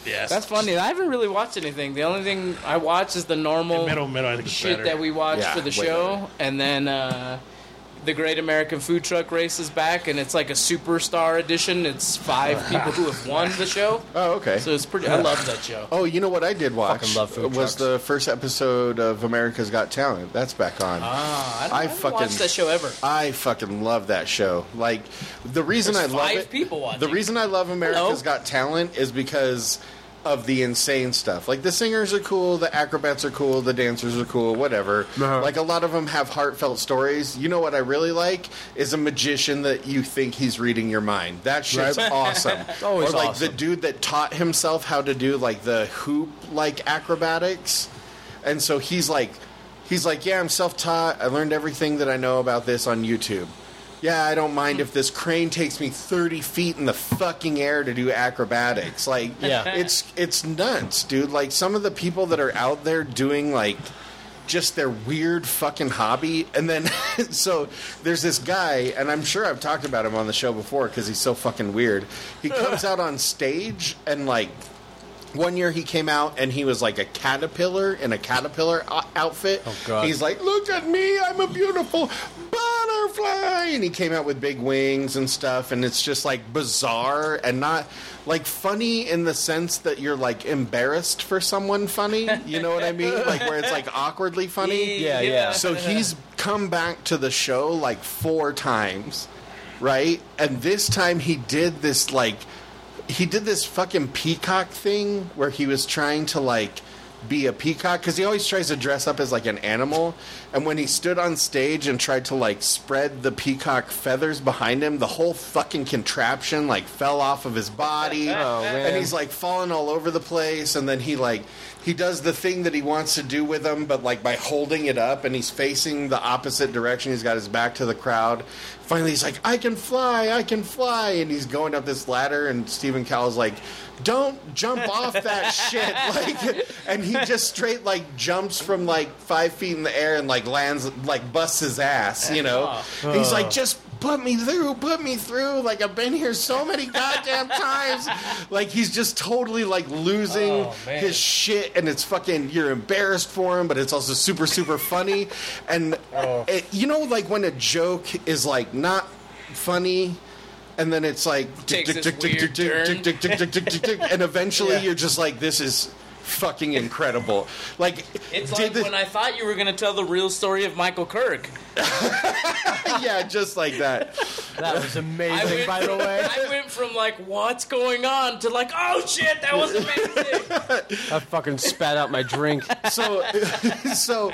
Speaker 2: Yes,
Speaker 5: That's funny. I haven't really watched anything. The only thing I watch is the normal
Speaker 2: Middle, middle. I think it's
Speaker 5: shit
Speaker 2: better.
Speaker 5: that we watch
Speaker 3: Yeah,
Speaker 5: for the
Speaker 3: way
Speaker 5: show, and then uh, the Great American Food Truck Race is back, and it's like a superstar edition. It's five
Speaker 3: *laughs*
Speaker 5: people who have won the show,
Speaker 3: oh okay.
Speaker 5: so it's pretty. I love that show.
Speaker 3: Oh, you know what I did watch
Speaker 4: Fucking love food
Speaker 3: was
Speaker 4: trucks.
Speaker 3: the first episode of America's Got Talent. That's back on.
Speaker 5: Ah, I, don't,
Speaker 3: I
Speaker 5: I haven't
Speaker 3: fucking-
Speaker 5: watched that show ever.
Speaker 3: I fucking love that show. Like the reason
Speaker 5: There's
Speaker 3: I love
Speaker 5: five
Speaker 3: it,
Speaker 5: people watching.
Speaker 3: the reason I love America's
Speaker 5: Hello?
Speaker 3: Got Talent is because of the insane stuff. Like the singers are cool, the acrobats are cool, the dancers are cool, whatever.
Speaker 4: Uh-huh.
Speaker 3: Like a lot of them have heartfelt stories. You know what I really like is a magician that you think he's reading your mind. That shit's
Speaker 4: Right. *laughs*
Speaker 3: awesome.
Speaker 4: always
Speaker 3: or like the
Speaker 4: awesome.
Speaker 3: dude that taught himself how to do like the hoop like acrobatics and so he's like he's like yeah i'm self-taught i learned everything that i know about this on youtube yeah i don't mind if this crane takes me 30 feet in the fucking air to do acrobatics like
Speaker 4: Yeah.
Speaker 3: it's it's nuts dude like some of the people that are out there doing like just their weird fucking hobby and then *laughs* so there's this guy and i'm sure i've talked about him on the show before because he's so fucking weird he comes out on stage and like one year he came out and he was like a caterpillar in a caterpillar o- outfit. Oh
Speaker 4: God.
Speaker 3: He's like, "Look at me, I'm a beautiful butterfly." And he came out with big wings and stuff and it's just like bizarre and not like funny in the sense that you're like embarrassed for someone funny. You know what I mean? Like where it's like awkwardly funny.
Speaker 4: Yeah, yeah.
Speaker 3: So he's come back to the show like four times, right? And this time he did this like he did this fucking peacock thing where he was trying to like be a peacock because he always tries to dress up as like an animal. And when he stood on stage and tried to like spread the peacock feathers behind him, the whole fucking contraption like fell off of his body.
Speaker 4: Oh, man.
Speaker 3: And he's like falling all over the place. And then he like he does the thing that he wants to do with them, but like by holding it up and he's facing the opposite direction. He's got his back to the crowd. Finally, he's like, I can fly, I can fly. And he's going up this ladder, and Stephen Cowell's like, Don't jump off that shit. Like, and he just straight like jumps from like five feet in the air and like lands, like busts his ass, you know? He's like, Just put me through, put me through. Like, I've been here so many
Speaker 5: *laughs*
Speaker 3: goddamn times. Like, he's just totally like losing
Speaker 5: Oh, man.
Speaker 3: his shit and it's fucking you're embarrassed for him but it's also super super funny and
Speaker 5: Oh.
Speaker 3: it, you know like when a joke is like not funny and then it's like tick,
Speaker 5: Takes
Speaker 3: tick,
Speaker 5: this
Speaker 3: tick, tick, tick,
Speaker 5: weird
Speaker 3: tick, tick, tick, tick, tick, tick, tick, and eventually
Speaker 5: Yeah.
Speaker 3: you're just like this is fucking incredible like
Speaker 5: It's
Speaker 3: did
Speaker 5: like
Speaker 3: the-
Speaker 5: when I thought you were going to tell the real story of Michael Kirk.
Speaker 3: *laughs* yeah just like that
Speaker 4: That was
Speaker 5: I
Speaker 4: amazing,
Speaker 5: went,
Speaker 4: by the way.
Speaker 5: I went from like, what's going on to like, oh shit, that was *laughs* amazing.
Speaker 4: I fucking spat out my drink.
Speaker 3: *laughs* so so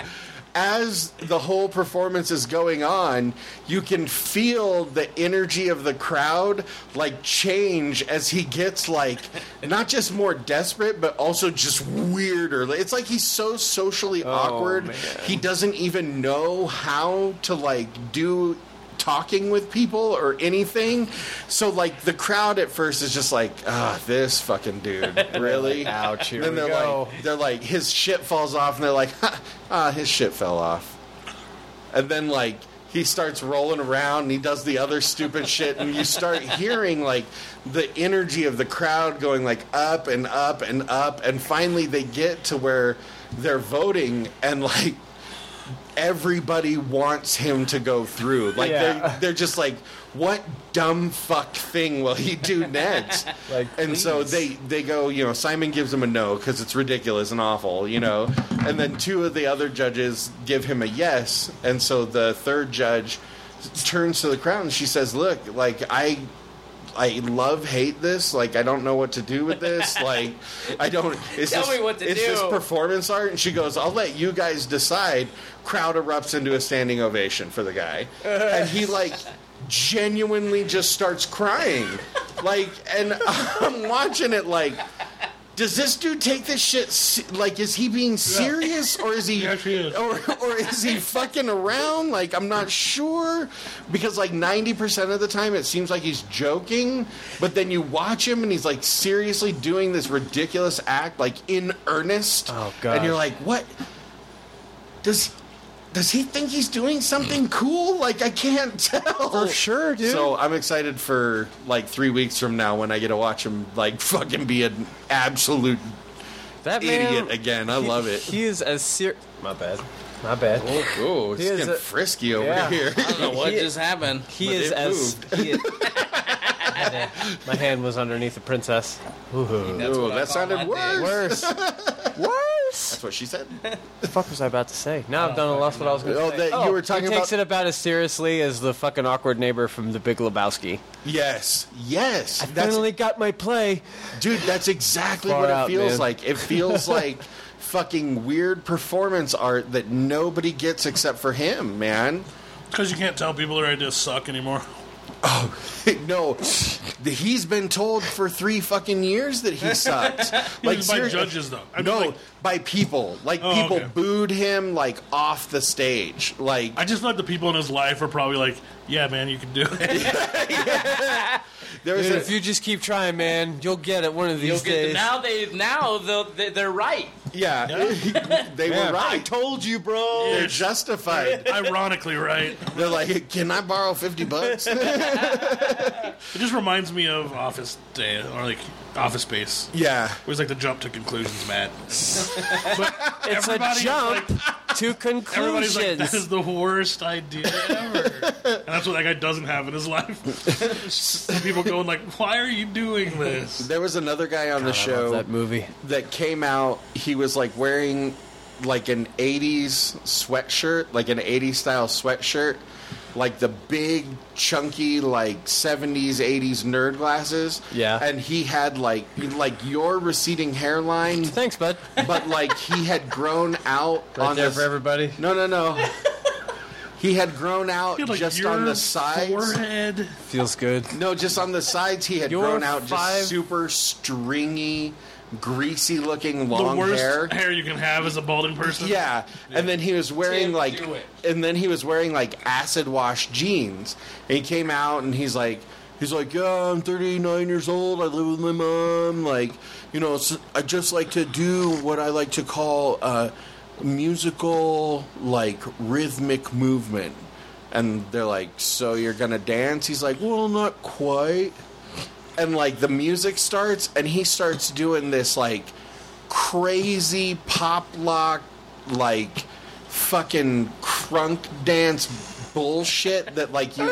Speaker 3: as the whole performance is going on, you can feel the energy of the crowd like change as he gets like not just more desperate but also just weirder. Like, It's like he's so socially awkward.
Speaker 4: Oh, man.
Speaker 3: He doesn't even know how to like do talking with people or anything. So like the crowd at first is just like, ah, this fucking
Speaker 4: *laughs*
Speaker 3: dude, really?
Speaker 4: Ouch, here
Speaker 3: then
Speaker 4: we
Speaker 3: they're
Speaker 4: go.
Speaker 3: like, they're like, his shit falls off, and they're like, *laughs* ha, ah, his shit fell off. And then like he starts rolling around and he does the other stupid *laughs* shit, and you start hearing like the energy of the crowd going like up and up and up, and finally they get to where they're voting and like. Everybody wants him to go through. Like
Speaker 4: Yeah.
Speaker 3: they're, they're just like, what dumb fuck thing will he
Speaker 4: *laughs*
Speaker 3: do next?
Speaker 4: Like,
Speaker 3: and so
Speaker 4: please.
Speaker 3: they they go, you know, Simon gives him a no because it's ridiculous and awful, you know, and then two of the other judges give him a yes, and so the third judge turns to the crowd and she says, "Look, like I." I love hate this. Like I don't know what to do with
Speaker 5: *laughs*
Speaker 3: this. Like I don't. Is
Speaker 5: Tell
Speaker 3: this,
Speaker 5: me what to
Speaker 3: is this
Speaker 5: do.
Speaker 3: performance art? And she goes, "I'll let you guys decide." Crowd erupts into a standing ovation for the
Speaker 5: *laughs*
Speaker 3: guy, and he like genuinely just starts crying. Like, and *laughs* I'm watching it like. Does this dude take this shit se- like is he being serious or is he
Speaker 6: actually is.
Speaker 3: or or is he fucking around? Like I'm not sure because like 90% of the time it seems like he's joking, but then you watch him and he's like seriously doing this ridiculous act like in earnest.
Speaker 4: Oh, gosh.
Speaker 3: And you're like, "What does does he think he's doing something cool? Like I can't *laughs* tell. For
Speaker 4: Mm. sure, dude.
Speaker 3: So I'm excited for like 3 weeks from now when I get to watch him like *laughs* fucking be an absolute
Speaker 4: That
Speaker 3: Idiot again. I
Speaker 4: he-
Speaker 3: love it.
Speaker 4: He is as ser My bad. My bad.
Speaker 3: Oh, it's
Speaker 4: He is
Speaker 3: getting
Speaker 4: a-
Speaker 3: frisky over
Speaker 4: Yeah.
Speaker 3: here.
Speaker 5: I don't
Speaker 3: *laughs*
Speaker 5: know what
Speaker 4: He-
Speaker 5: just happened.
Speaker 4: He
Speaker 3: But
Speaker 4: is
Speaker 3: it
Speaker 4: as. He is, *laughs* my hand was underneath the princess.
Speaker 5: *laughs* That's
Speaker 3: Ooh,
Speaker 5: what
Speaker 3: that
Speaker 5: I call
Speaker 3: sounded
Speaker 5: my dick.
Speaker 3: worse.
Speaker 4: Worse. Worse.
Speaker 3: That's what she said.
Speaker 4: The fuck was I about to say? Now I've done and lost what I was going to
Speaker 3: Oh,
Speaker 4: say.
Speaker 3: that you were talking
Speaker 4: he takes
Speaker 3: about-
Speaker 4: it about as seriously as the fucking awkward neighbor from The Big Lebowski.
Speaker 3: Yes, yes. that's
Speaker 4: Finally got my play.
Speaker 3: dude. That's exactly
Speaker 4: Far
Speaker 3: what it
Speaker 4: out,
Speaker 3: feels
Speaker 4: man.
Speaker 3: like. It
Speaker 4: *laughs*
Speaker 3: feels like fucking weird performance art that nobody gets except for him, man. *laughs*
Speaker 2: Because you can't tell people their ideas suck anymore.
Speaker 3: no, he's been told for three fucking years
Speaker 2: *laughs*
Speaker 3: that he sucks.
Speaker 2: Like by
Speaker 3: seri-
Speaker 2: judges, though. I mean,
Speaker 3: No,
Speaker 2: like,
Speaker 3: by people. Like
Speaker 2: Oh,
Speaker 3: people
Speaker 2: okay.
Speaker 3: booed him like off the stage. Like
Speaker 2: I just thought the people in his life are probably like, "Yeah, man, you can do *laughs* it."
Speaker 3: there was
Speaker 4: Dude,
Speaker 3: a,
Speaker 4: if you just keep trying, man, you'll get it one of these
Speaker 5: You'll get the,
Speaker 4: days.
Speaker 5: now they now they'll- they they're right.
Speaker 3: yeah, *laughs* they
Speaker 4: Yeah.
Speaker 3: were
Speaker 4: I
Speaker 3: right.
Speaker 4: told you, bro.
Speaker 3: They're justified.
Speaker 2: Ironically, right?
Speaker 3: They're like, can I borrow 50 bucks?
Speaker 4: *laughs*
Speaker 2: It just reminds me of Office Day or like Office Space.
Speaker 3: yeah.
Speaker 2: It was like the jump to conclusions, *laughs* mad.
Speaker 4: It's a
Speaker 2: Everybody's
Speaker 4: jump
Speaker 2: Everybody's
Speaker 4: to
Speaker 2: like,
Speaker 4: conclusions.
Speaker 2: "That is the worst idea ever," and that's what that guy doesn't have in his *laughs* life. Just people going like, "Why are you doing this?"
Speaker 3: There was another guy on the show
Speaker 4: that movie.
Speaker 3: that came out. He was like wearing like an 80s sweatshirt, like an 80s style sweatshirt, like the big, chunky, like 70s, 80s nerd glasses.
Speaker 4: Yeah.
Speaker 3: And he had like, like your receding hairline,
Speaker 4: *laughs* Thanks, bud.
Speaker 3: but like he had grown out
Speaker 4: Right
Speaker 3: on
Speaker 4: there
Speaker 3: the-
Speaker 4: for everybody.
Speaker 3: No, no, no. He had grown out
Speaker 2: You're like,
Speaker 3: just
Speaker 2: "Your
Speaker 3: on the sides.
Speaker 2: forehead.
Speaker 4: Feels good.
Speaker 3: No, just on the sides, he had
Speaker 4: Your
Speaker 3: grown out just
Speaker 4: five-
Speaker 3: super stringy, greasy-looking
Speaker 2: The
Speaker 3: long
Speaker 2: worst
Speaker 3: hair.
Speaker 2: hair. you can have as a balding person.
Speaker 3: Yeah, and then he was wearing
Speaker 5: Tim,
Speaker 3: like,
Speaker 5: do it.
Speaker 3: and then he was wearing like acid wash jeans. And he came out and he's like, he's like, yeah, I'm 39 years old. I live with my mom. Like, you know, s I I just like to do what I like to call uh, musical, like rhythmic movement. And they're like, so you're gonna dance? He's like, well, not quite and like the music starts and he starts doing this like crazy pop lock like fucking crunk dance bullshit that like you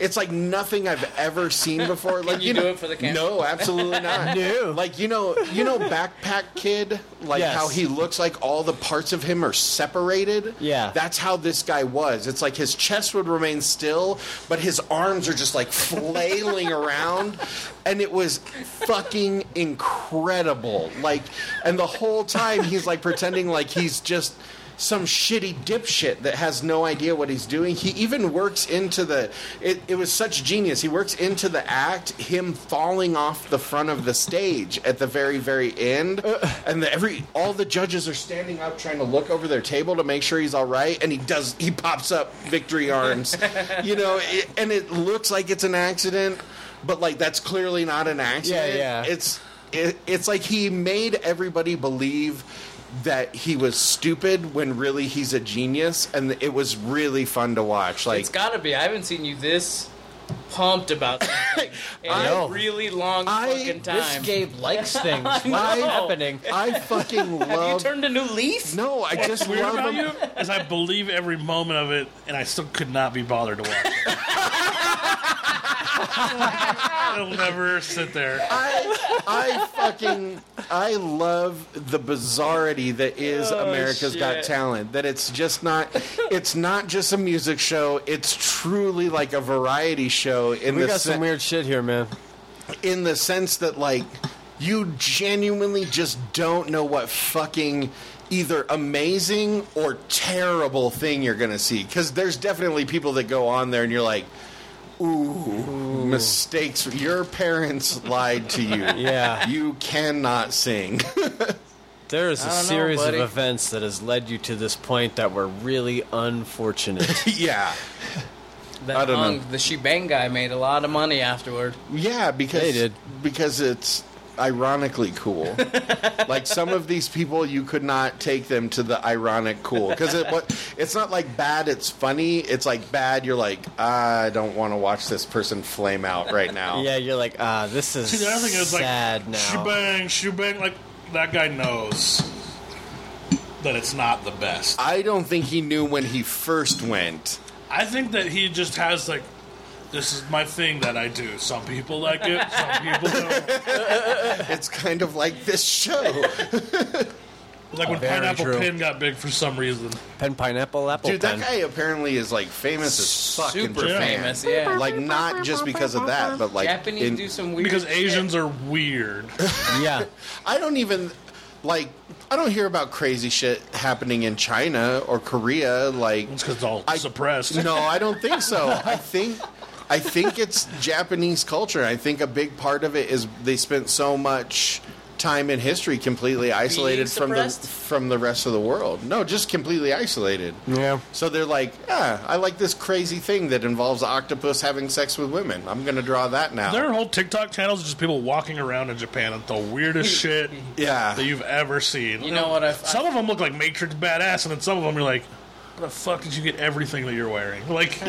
Speaker 3: it's like nothing i've ever seen before like
Speaker 5: you
Speaker 3: know,
Speaker 5: do it for the camera?
Speaker 3: no absolutely not
Speaker 4: *laughs* No.
Speaker 3: like you know you know backpack kid like
Speaker 4: Yes.
Speaker 3: how he looks like all the parts of him are separated
Speaker 4: Yeah.
Speaker 3: that's how this guy was. It's like his chest would remain still, but his arms are just like flailing *laughs* around. And it was fucking incredible. Like, and the whole time he's like pretending like he's just some shitty dipshit that has no idea what he's doing. He even works into the. It, it was such genius. He works into the act, him falling off the front of the stage at the very, very end,
Speaker 4: Uh.
Speaker 3: and the, every all the judges are standing up trying to look over their table to make sure he's all right, and he does. He pops up victory arms, you know, it, and it looks like it's an accident, but like that's clearly not an accident.
Speaker 4: yeah.
Speaker 3: It's it, it's like he made everybody believe that he was stupid when really he's a genius, and it was really fun to watch. Like
Speaker 5: It's gotta be. I haven't seen you this pumped about something
Speaker 3: *coughs*
Speaker 5: in
Speaker 3: I
Speaker 5: a
Speaker 3: know.
Speaker 5: really long
Speaker 3: I-
Speaker 5: fucking
Speaker 4: This
Speaker 5: time.
Speaker 4: Gabe *laughs* likes things. What's happening?
Speaker 3: I fucking
Speaker 5: Have you
Speaker 3: love.
Speaker 5: turned a new leaf?
Speaker 3: No, I just
Speaker 2: Weird
Speaker 3: love
Speaker 2: about
Speaker 3: him.
Speaker 2: you is I believe every moment of it, and I still could not be bothered to watch
Speaker 3: *laughs*
Speaker 2: it. It'll never sit there.
Speaker 3: I, I fucking I love the bizarrety that is America's Got
Speaker 5: Oh, shit.
Speaker 3: Talent. That it's just not it's not just a music show. It's truly like a variety show in
Speaker 4: We
Speaker 3: the
Speaker 4: got
Speaker 3: sen-
Speaker 4: some weird shit here, man.
Speaker 3: in the sense that like you genuinely just don't know what fucking either amazing or terrible thing you're gonna see because there's definitely people that go on there and you're like ooh mistakes your parents lied to you
Speaker 4: Yeah.
Speaker 3: you cannot sing *laughs*
Speaker 4: There is a
Speaker 5: don't know,
Speaker 4: series of
Speaker 5: buddy.
Speaker 4: events that has led you to this point that were really unfortunate.
Speaker 3: yeah
Speaker 5: That
Speaker 3: I don't know.
Speaker 5: hung- The shebang guy made a lot of money afterward.
Speaker 3: Yeah, because
Speaker 4: They did.
Speaker 3: because it's ironically cool. like some of these people, you could not take them to the ironic cool because it what it's not like bad. It's funny. It's like bad. You're like I don't want to watch this person flame out right now.
Speaker 4: *laughs* *laughs* yeah, you're like, ah, this is
Speaker 2: See, the other thing is like
Speaker 4: sad now.
Speaker 2: shebang, shebang. Like that guy knows that it's not the best.
Speaker 3: I don't think he knew when he first went.
Speaker 2: I think that he just has like. This is my thing that I do. Some people like it, some people don't.
Speaker 3: It's kind of like this show,
Speaker 2: Like when
Speaker 4: Very
Speaker 2: Pineapple
Speaker 4: true.
Speaker 2: Pin got big for some reason.
Speaker 4: Pen, pineapple, apple
Speaker 3: dude.
Speaker 4: pen.
Speaker 3: That guy apparently is like famous as fuck in
Speaker 5: Super
Speaker 3: Japan.
Speaker 5: famous, yeah.
Speaker 3: Like not just because of that, but like
Speaker 5: Japanese
Speaker 3: in-
Speaker 5: do some weird
Speaker 2: Because
Speaker 5: shit.
Speaker 2: Asians are weird.
Speaker 3: *laughs*
Speaker 4: yeah,
Speaker 3: I don't even like. I don't hear about crazy shit happening in China or Korea. Like,
Speaker 2: It's because it's all
Speaker 3: I-
Speaker 2: suppressed. *laughs*
Speaker 3: no, I don't think so. I think, I think it's Japanese culture. I think a big part of it is they spent so much time in history completely isolated from the
Speaker 5: suppressed?
Speaker 3: from the rest of the world. No, just completely isolated.
Speaker 4: yeah.
Speaker 3: So they're like, yeah, I like this crazy thing that involves octopus having sex with women. I'm going to draw that now.
Speaker 2: There are whole TikTok channels of just people walking around in Japan and the weirdest shit
Speaker 3: yeah.
Speaker 2: that you've ever seen.
Speaker 5: You know what I-
Speaker 2: Some of them look like Matrix badass, and then some of them you're like, "How the fuck did you get everything that you're wearing?"
Speaker 3: *laughs*
Speaker 2: Like,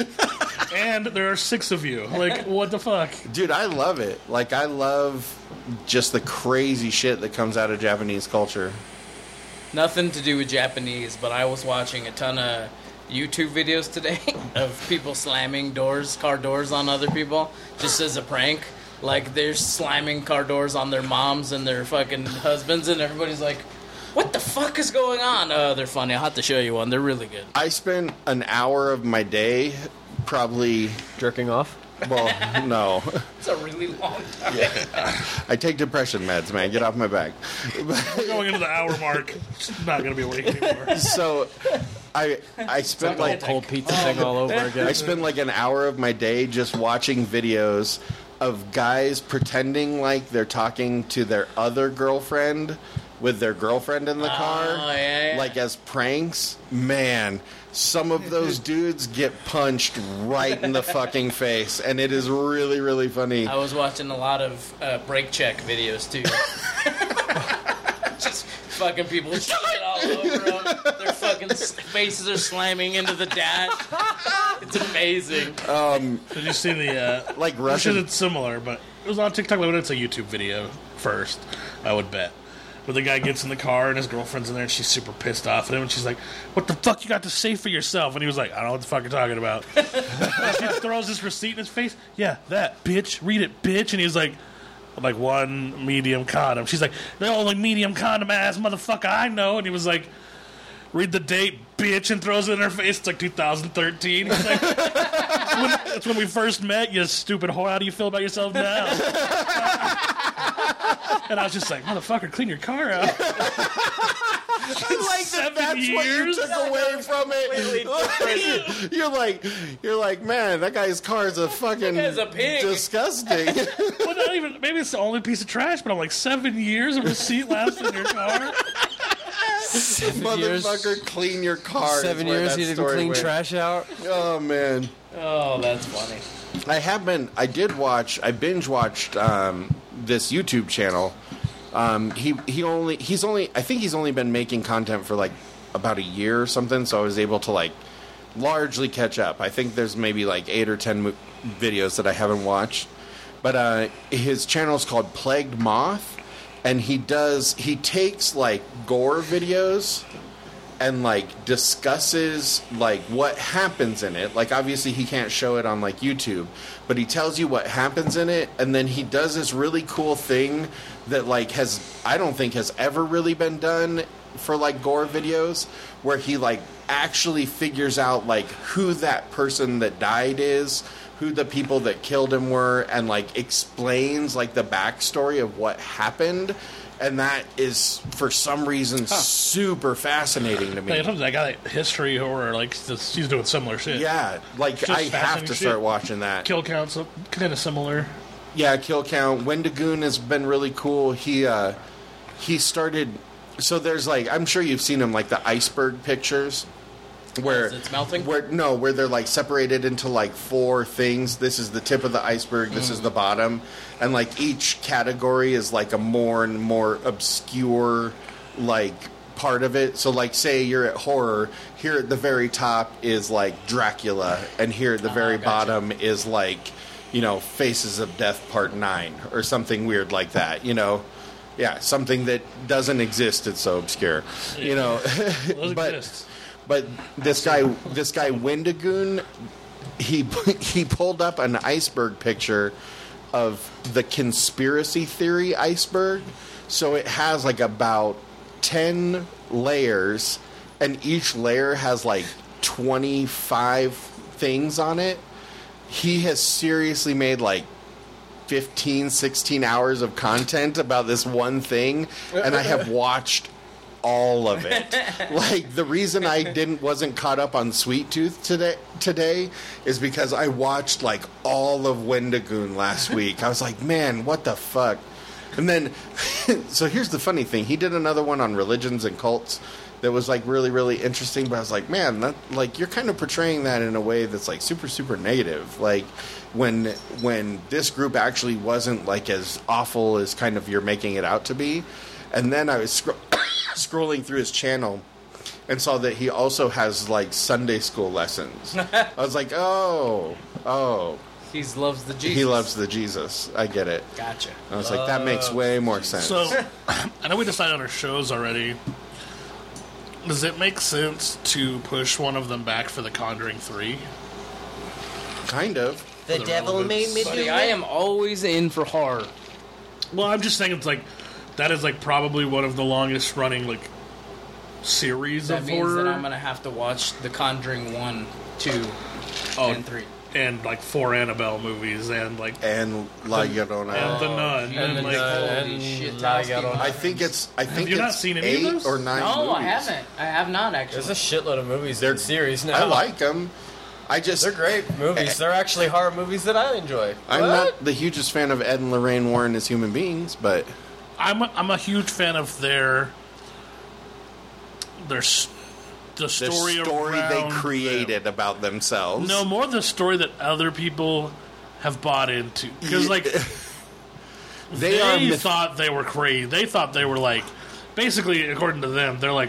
Speaker 2: *laughs* and there are six of you. Like, what the fuck?
Speaker 3: Dude, I love it. Like I love just the crazy shit that comes out of Japanese culture.
Speaker 5: nothing to do with Japanese, but I was watching a ton of YouTube videos today *laughs* of people slamming doors, car doors on other people, just as a prank. Like they're slamming car doors on their moms and their fucking husbands, and everybody's like, "What the fuck is going on?" Oh, they're funny. I'll have to show you one. They're really good.
Speaker 3: I spent an hour of my day probably
Speaker 4: Jerking off.
Speaker 3: well, no.
Speaker 5: It's a really long time.
Speaker 3: I take depression meds, man. Get off my back.
Speaker 2: We're going into the hour mark. It's not gonna be awake anymore.
Speaker 3: So I I spent
Speaker 4: Like
Speaker 3: like oh.
Speaker 4: cold pizza thing all over again.
Speaker 3: I spend like an hour of my day just watching videos of guys pretending like they're talking to their other girlfriend with their girlfriend in the car,
Speaker 5: Oh, yeah, yeah.
Speaker 3: like as pranks. Man, some of
Speaker 5: *laughs*
Speaker 3: those dudes get punched right in the fucking face, and it is really, really funny.
Speaker 5: I was watching a lot of uh, brake check videos too. Just fucking people shit all over them. Their fucking s- faces are slamming into the dash. It's amazing.
Speaker 2: Did you see the uh,
Speaker 3: Like
Speaker 2: I'm sure
Speaker 3: Russian-
Speaker 2: It's similar, but it was on TikTok. But it's a YouTube video first, I would bet. Where the guy gets in the car and his girlfriend's in there and she's super pissed off at him and she's like, "What the fuck you got to say for yourself?" And he was like, "I don't know what the fuck you're talking about." And she throws this receipt in his face. Yeah, that bitch. Read it, bitch. And he's like. I'm like one medium condom. She's like, the only medium condom ass motherfucker I know. And he was like, read the date, bitch, and throws it in her face. It's like 2013. He's like, that's
Speaker 3: *laughs*
Speaker 2: when we first met, you stupid whore. How do you feel about yourself now? And I was just like, motherfucker, clean your car up.
Speaker 3: like that
Speaker 2: Seven
Speaker 3: that's what you
Speaker 2: years?
Speaker 3: took away *laughs* from it. you're like, you're like, man, that guy's car is a fucking
Speaker 5: guy's a pig."
Speaker 3: disgusting.
Speaker 5: *laughs*
Speaker 2: well, not even, maybe it's the only piece of trash, but I'm like, seven years of receipt left in your
Speaker 3: *laughs*
Speaker 2: car?
Speaker 3: Motherfucker, clean your car. is
Speaker 4: Seven
Speaker 3: where
Speaker 4: years
Speaker 3: that
Speaker 4: he didn't
Speaker 3: story
Speaker 4: clean
Speaker 3: went.
Speaker 4: trash out.
Speaker 3: Oh man,
Speaker 5: Oh, that's funny.
Speaker 3: I have been. I did watch. I binge watched um, this YouTube channel. Um, he he only he's only I think he's only been making content for like about a year or something. So I was able to like largely catch up. I think there's maybe like eight or ten mo- videos that I haven't watched. But uh, his channel is called Plagued Moth, and he does he takes like gore videos and like discusses like what happens in it. Like obviously he can't show it on like YouTube, but he tells you what happens in it and then he does this really cool thing that like has I don't think has ever really been done for like gore videos where he like actually figures out like who that person that died is, who the people that killed him were and like explains like the backstory of what happened. And that is, for some reason, super fascinating to me.
Speaker 2: Like, sometimes I got like, history horror, like, this- she's doing similar shit.
Speaker 3: Yeah, like
Speaker 2: Just
Speaker 3: I have to
Speaker 2: fascinating
Speaker 3: start
Speaker 2: shit.
Speaker 3: watching that.
Speaker 2: Kill counts kind of similar.
Speaker 3: yeah, Kill Count. Wendigoon has been really cool. He uh he started. So there's like I'm sure you've seen him like the iceberg pictures. Where
Speaker 5: As it's melting?
Speaker 3: Where no, where they're like separated into like four things. This is the tip of the iceberg. This
Speaker 2: Mm.
Speaker 3: is the bottom, and like each category is like a more and more obscure like part of it. So like say you're at horror, here at the very top is like Dracula, and here
Speaker 2: Ah,
Speaker 3: at the very
Speaker 5: gotcha.
Speaker 3: bottom is like you know Faces of Death Part Nine or something weird like that. You know. Yeah, something that doesn't exist. It's so obscure, you know.
Speaker 2: Those
Speaker 3: *laughs* but
Speaker 2: exist.
Speaker 3: but this guy, this guy Wendigoon, he *laughs* he pulled up an iceberg picture of the conspiracy theory iceberg. So it has like about ten layers, and each layer has like twenty five things on it. He has seriously made like 15 16 hours of content about this one thing and i have watched all of it like the reason i didn't wasn't caught up on sweet tooth today today is because i watched like all of wendigoon last week i was like man what the fuck and then *laughs* so here's the funny thing he did another one on religions and cults that was like really really interesting but i was like man that like you're kind of portraying that in a way that's like super super negative like when when this group actually wasn't like as awful as kind of you're making it out to be and then i was scro- *coughs* scrolling through his channel and saw that he also has like sunday school lessons i was like oh oh
Speaker 5: He loves the Jesus.
Speaker 3: he loves the jesus i get it
Speaker 5: Gotcha.
Speaker 3: i was like that makes way more sense
Speaker 2: So,
Speaker 3: *laughs*
Speaker 2: I know we decided on our shows already. Does it make sense to push one of them back for The Conjuring 3?
Speaker 3: kind of
Speaker 7: The
Speaker 2: the
Speaker 7: devil made
Speaker 2: relevance.
Speaker 7: me do
Speaker 5: Buddy, I
Speaker 7: it.
Speaker 5: am always in for horror.
Speaker 2: Well, I'm just saying it's like that is like probably one of the longest running like series
Speaker 5: That
Speaker 2: of
Speaker 5: means
Speaker 2: horror
Speaker 5: that I'm gonna have to watch The Conjuring one, two,
Speaker 2: Oh,
Speaker 5: and three.
Speaker 2: and like four Annabelle movies and like
Speaker 3: and La Llorona.
Speaker 2: and the nun and,
Speaker 5: Jesus.
Speaker 2: like
Speaker 5: Holy shit, Towski.
Speaker 3: I think it's. I think
Speaker 2: you
Speaker 3: it's
Speaker 2: not seen any of
Speaker 3: eight
Speaker 2: those?
Speaker 3: or nine.
Speaker 5: No, Oh, I
Speaker 3: movies.
Speaker 5: haven't. I have not actually.
Speaker 4: There's a shitload of movies. They're series now.
Speaker 3: I like them. I just.
Speaker 4: They're great movies. They're actually horror movies that I enjoy.
Speaker 3: I'm
Speaker 4: What?
Speaker 3: not the hugest fan of Ed and Lorraine Warren as human beings, but
Speaker 2: I'm a, I'm a huge fan of their their s- the
Speaker 3: the
Speaker 2: story,
Speaker 3: story, they
Speaker 2: around them.
Speaker 3: created about themselves.
Speaker 2: No, more the story that other people have bought into because like
Speaker 3: they,
Speaker 2: they,
Speaker 3: are. myth-
Speaker 2: thought they were crazy. They thought they were like, basically, according to them, they're like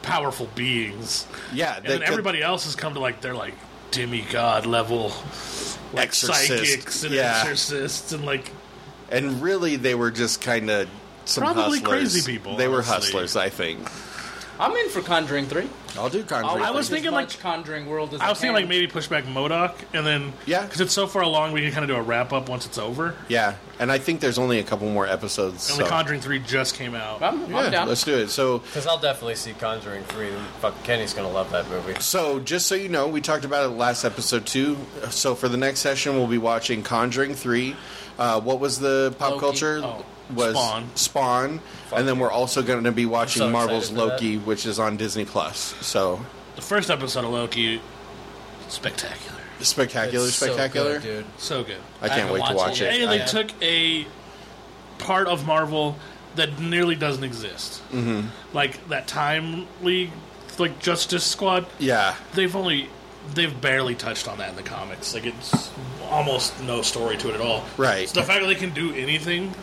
Speaker 2: powerful beings,
Speaker 3: yeah,
Speaker 2: and then everybody else has come to like they're like demigod level, like
Speaker 3: Exorcist,
Speaker 2: psychics and
Speaker 3: yeah.
Speaker 2: exorcists and like
Speaker 3: and really they were just kind of some
Speaker 2: Probably
Speaker 3: hustlers.
Speaker 2: crazy people,
Speaker 3: They were
Speaker 2: honestly.
Speaker 3: hustlers, I think.
Speaker 5: I'm in for Conjuring three.
Speaker 3: I'll do Conjuring.
Speaker 5: I'll
Speaker 2: I was
Speaker 5: watch as
Speaker 2: thinking,
Speaker 5: much
Speaker 2: like-
Speaker 5: Conjuring World as
Speaker 2: I was
Speaker 5: can.
Speaker 2: thinking like maybe push back Modoc and then
Speaker 3: Yeah.
Speaker 2: because it's so far along we can kind of do a wrap up once it's over. And
Speaker 3: Yeah, and I think there's only a couple more episodes.
Speaker 2: The
Speaker 3: so-
Speaker 2: Conjuring Three just came out.
Speaker 5: I'm, I'm
Speaker 3: yeah,
Speaker 5: down.
Speaker 3: let's do it. So
Speaker 4: Because I'll definitely see Conjuring 3. and Fuck, Kenny's gonna love that movie.
Speaker 3: So, just so you know, we talked about it last episode too. So, for the next session, we'll be watching Conjuring Three. Uh, what was the pop
Speaker 5: Loki.
Speaker 3: culture?
Speaker 5: Oh.
Speaker 3: was
Speaker 2: Spawn.
Speaker 3: Spawn, and then we're also going to be watching
Speaker 2: so
Speaker 3: Marvel's
Speaker 2: excited for that.
Speaker 3: Loki, which is on Disney Plus. So
Speaker 2: The first episode of Loki, spectacular.
Speaker 3: spectacular,
Speaker 5: It's so
Speaker 3: spectacular.
Speaker 5: good, dude.
Speaker 2: So good.
Speaker 3: I can't
Speaker 5: haven't
Speaker 3: wait to
Speaker 5: watched
Speaker 3: watch it.
Speaker 5: it yet.
Speaker 2: And
Speaker 3: I-
Speaker 2: they took a part of Marvel that nearly doesn't exist. Mm-hmm. Like that Time League, like Justice Squad.
Speaker 3: yeah,
Speaker 2: They've only, they've barely touched on that in the comics. Like it's almost no story to it at all.
Speaker 3: Right.
Speaker 2: So the fact that they can do anything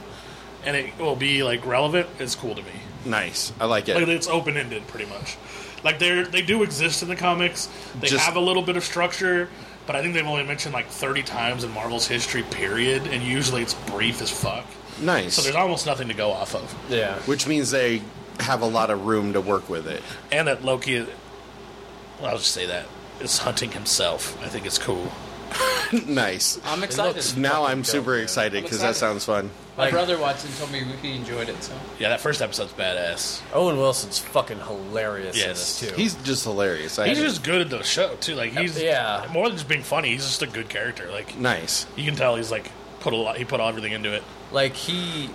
Speaker 2: and it will be like relevant is cool to me.
Speaker 3: nice. I like
Speaker 2: Like
Speaker 3: it.
Speaker 2: it's open ended, pretty much. Like they're they do exist in the comics. They
Speaker 3: Just-
Speaker 2: have a little bit of structure, but I think they've only mentioned like thirty times in Marvel's history, period. And usually it's brief as fuck.
Speaker 3: Nice.
Speaker 2: So there's almost nothing to go off of.
Speaker 4: Yeah.
Speaker 3: which means they have a lot of room to work with it. *laughs*
Speaker 2: And that Loki, well, I'll just say that is hunting himself. I think it's cool.
Speaker 3: nice.
Speaker 5: I'm excited.
Speaker 3: Now I'm super excited
Speaker 5: I'm
Speaker 3: because that
Speaker 5: excited.
Speaker 3: sounds fun.
Speaker 5: My brother watched and told me he enjoyed it. So
Speaker 2: Yeah, that first episode's badass.
Speaker 4: Owen Wilson's fucking hilarious in
Speaker 2: Yes.
Speaker 4: this too.
Speaker 3: He's just hilarious. I,
Speaker 2: He's just good at the show too. Like he's
Speaker 4: Yeah.
Speaker 2: more than just being funny. He's just a good character. Like
Speaker 3: nice.
Speaker 2: you can tell he's like put a lot. He put everything into it.
Speaker 4: like he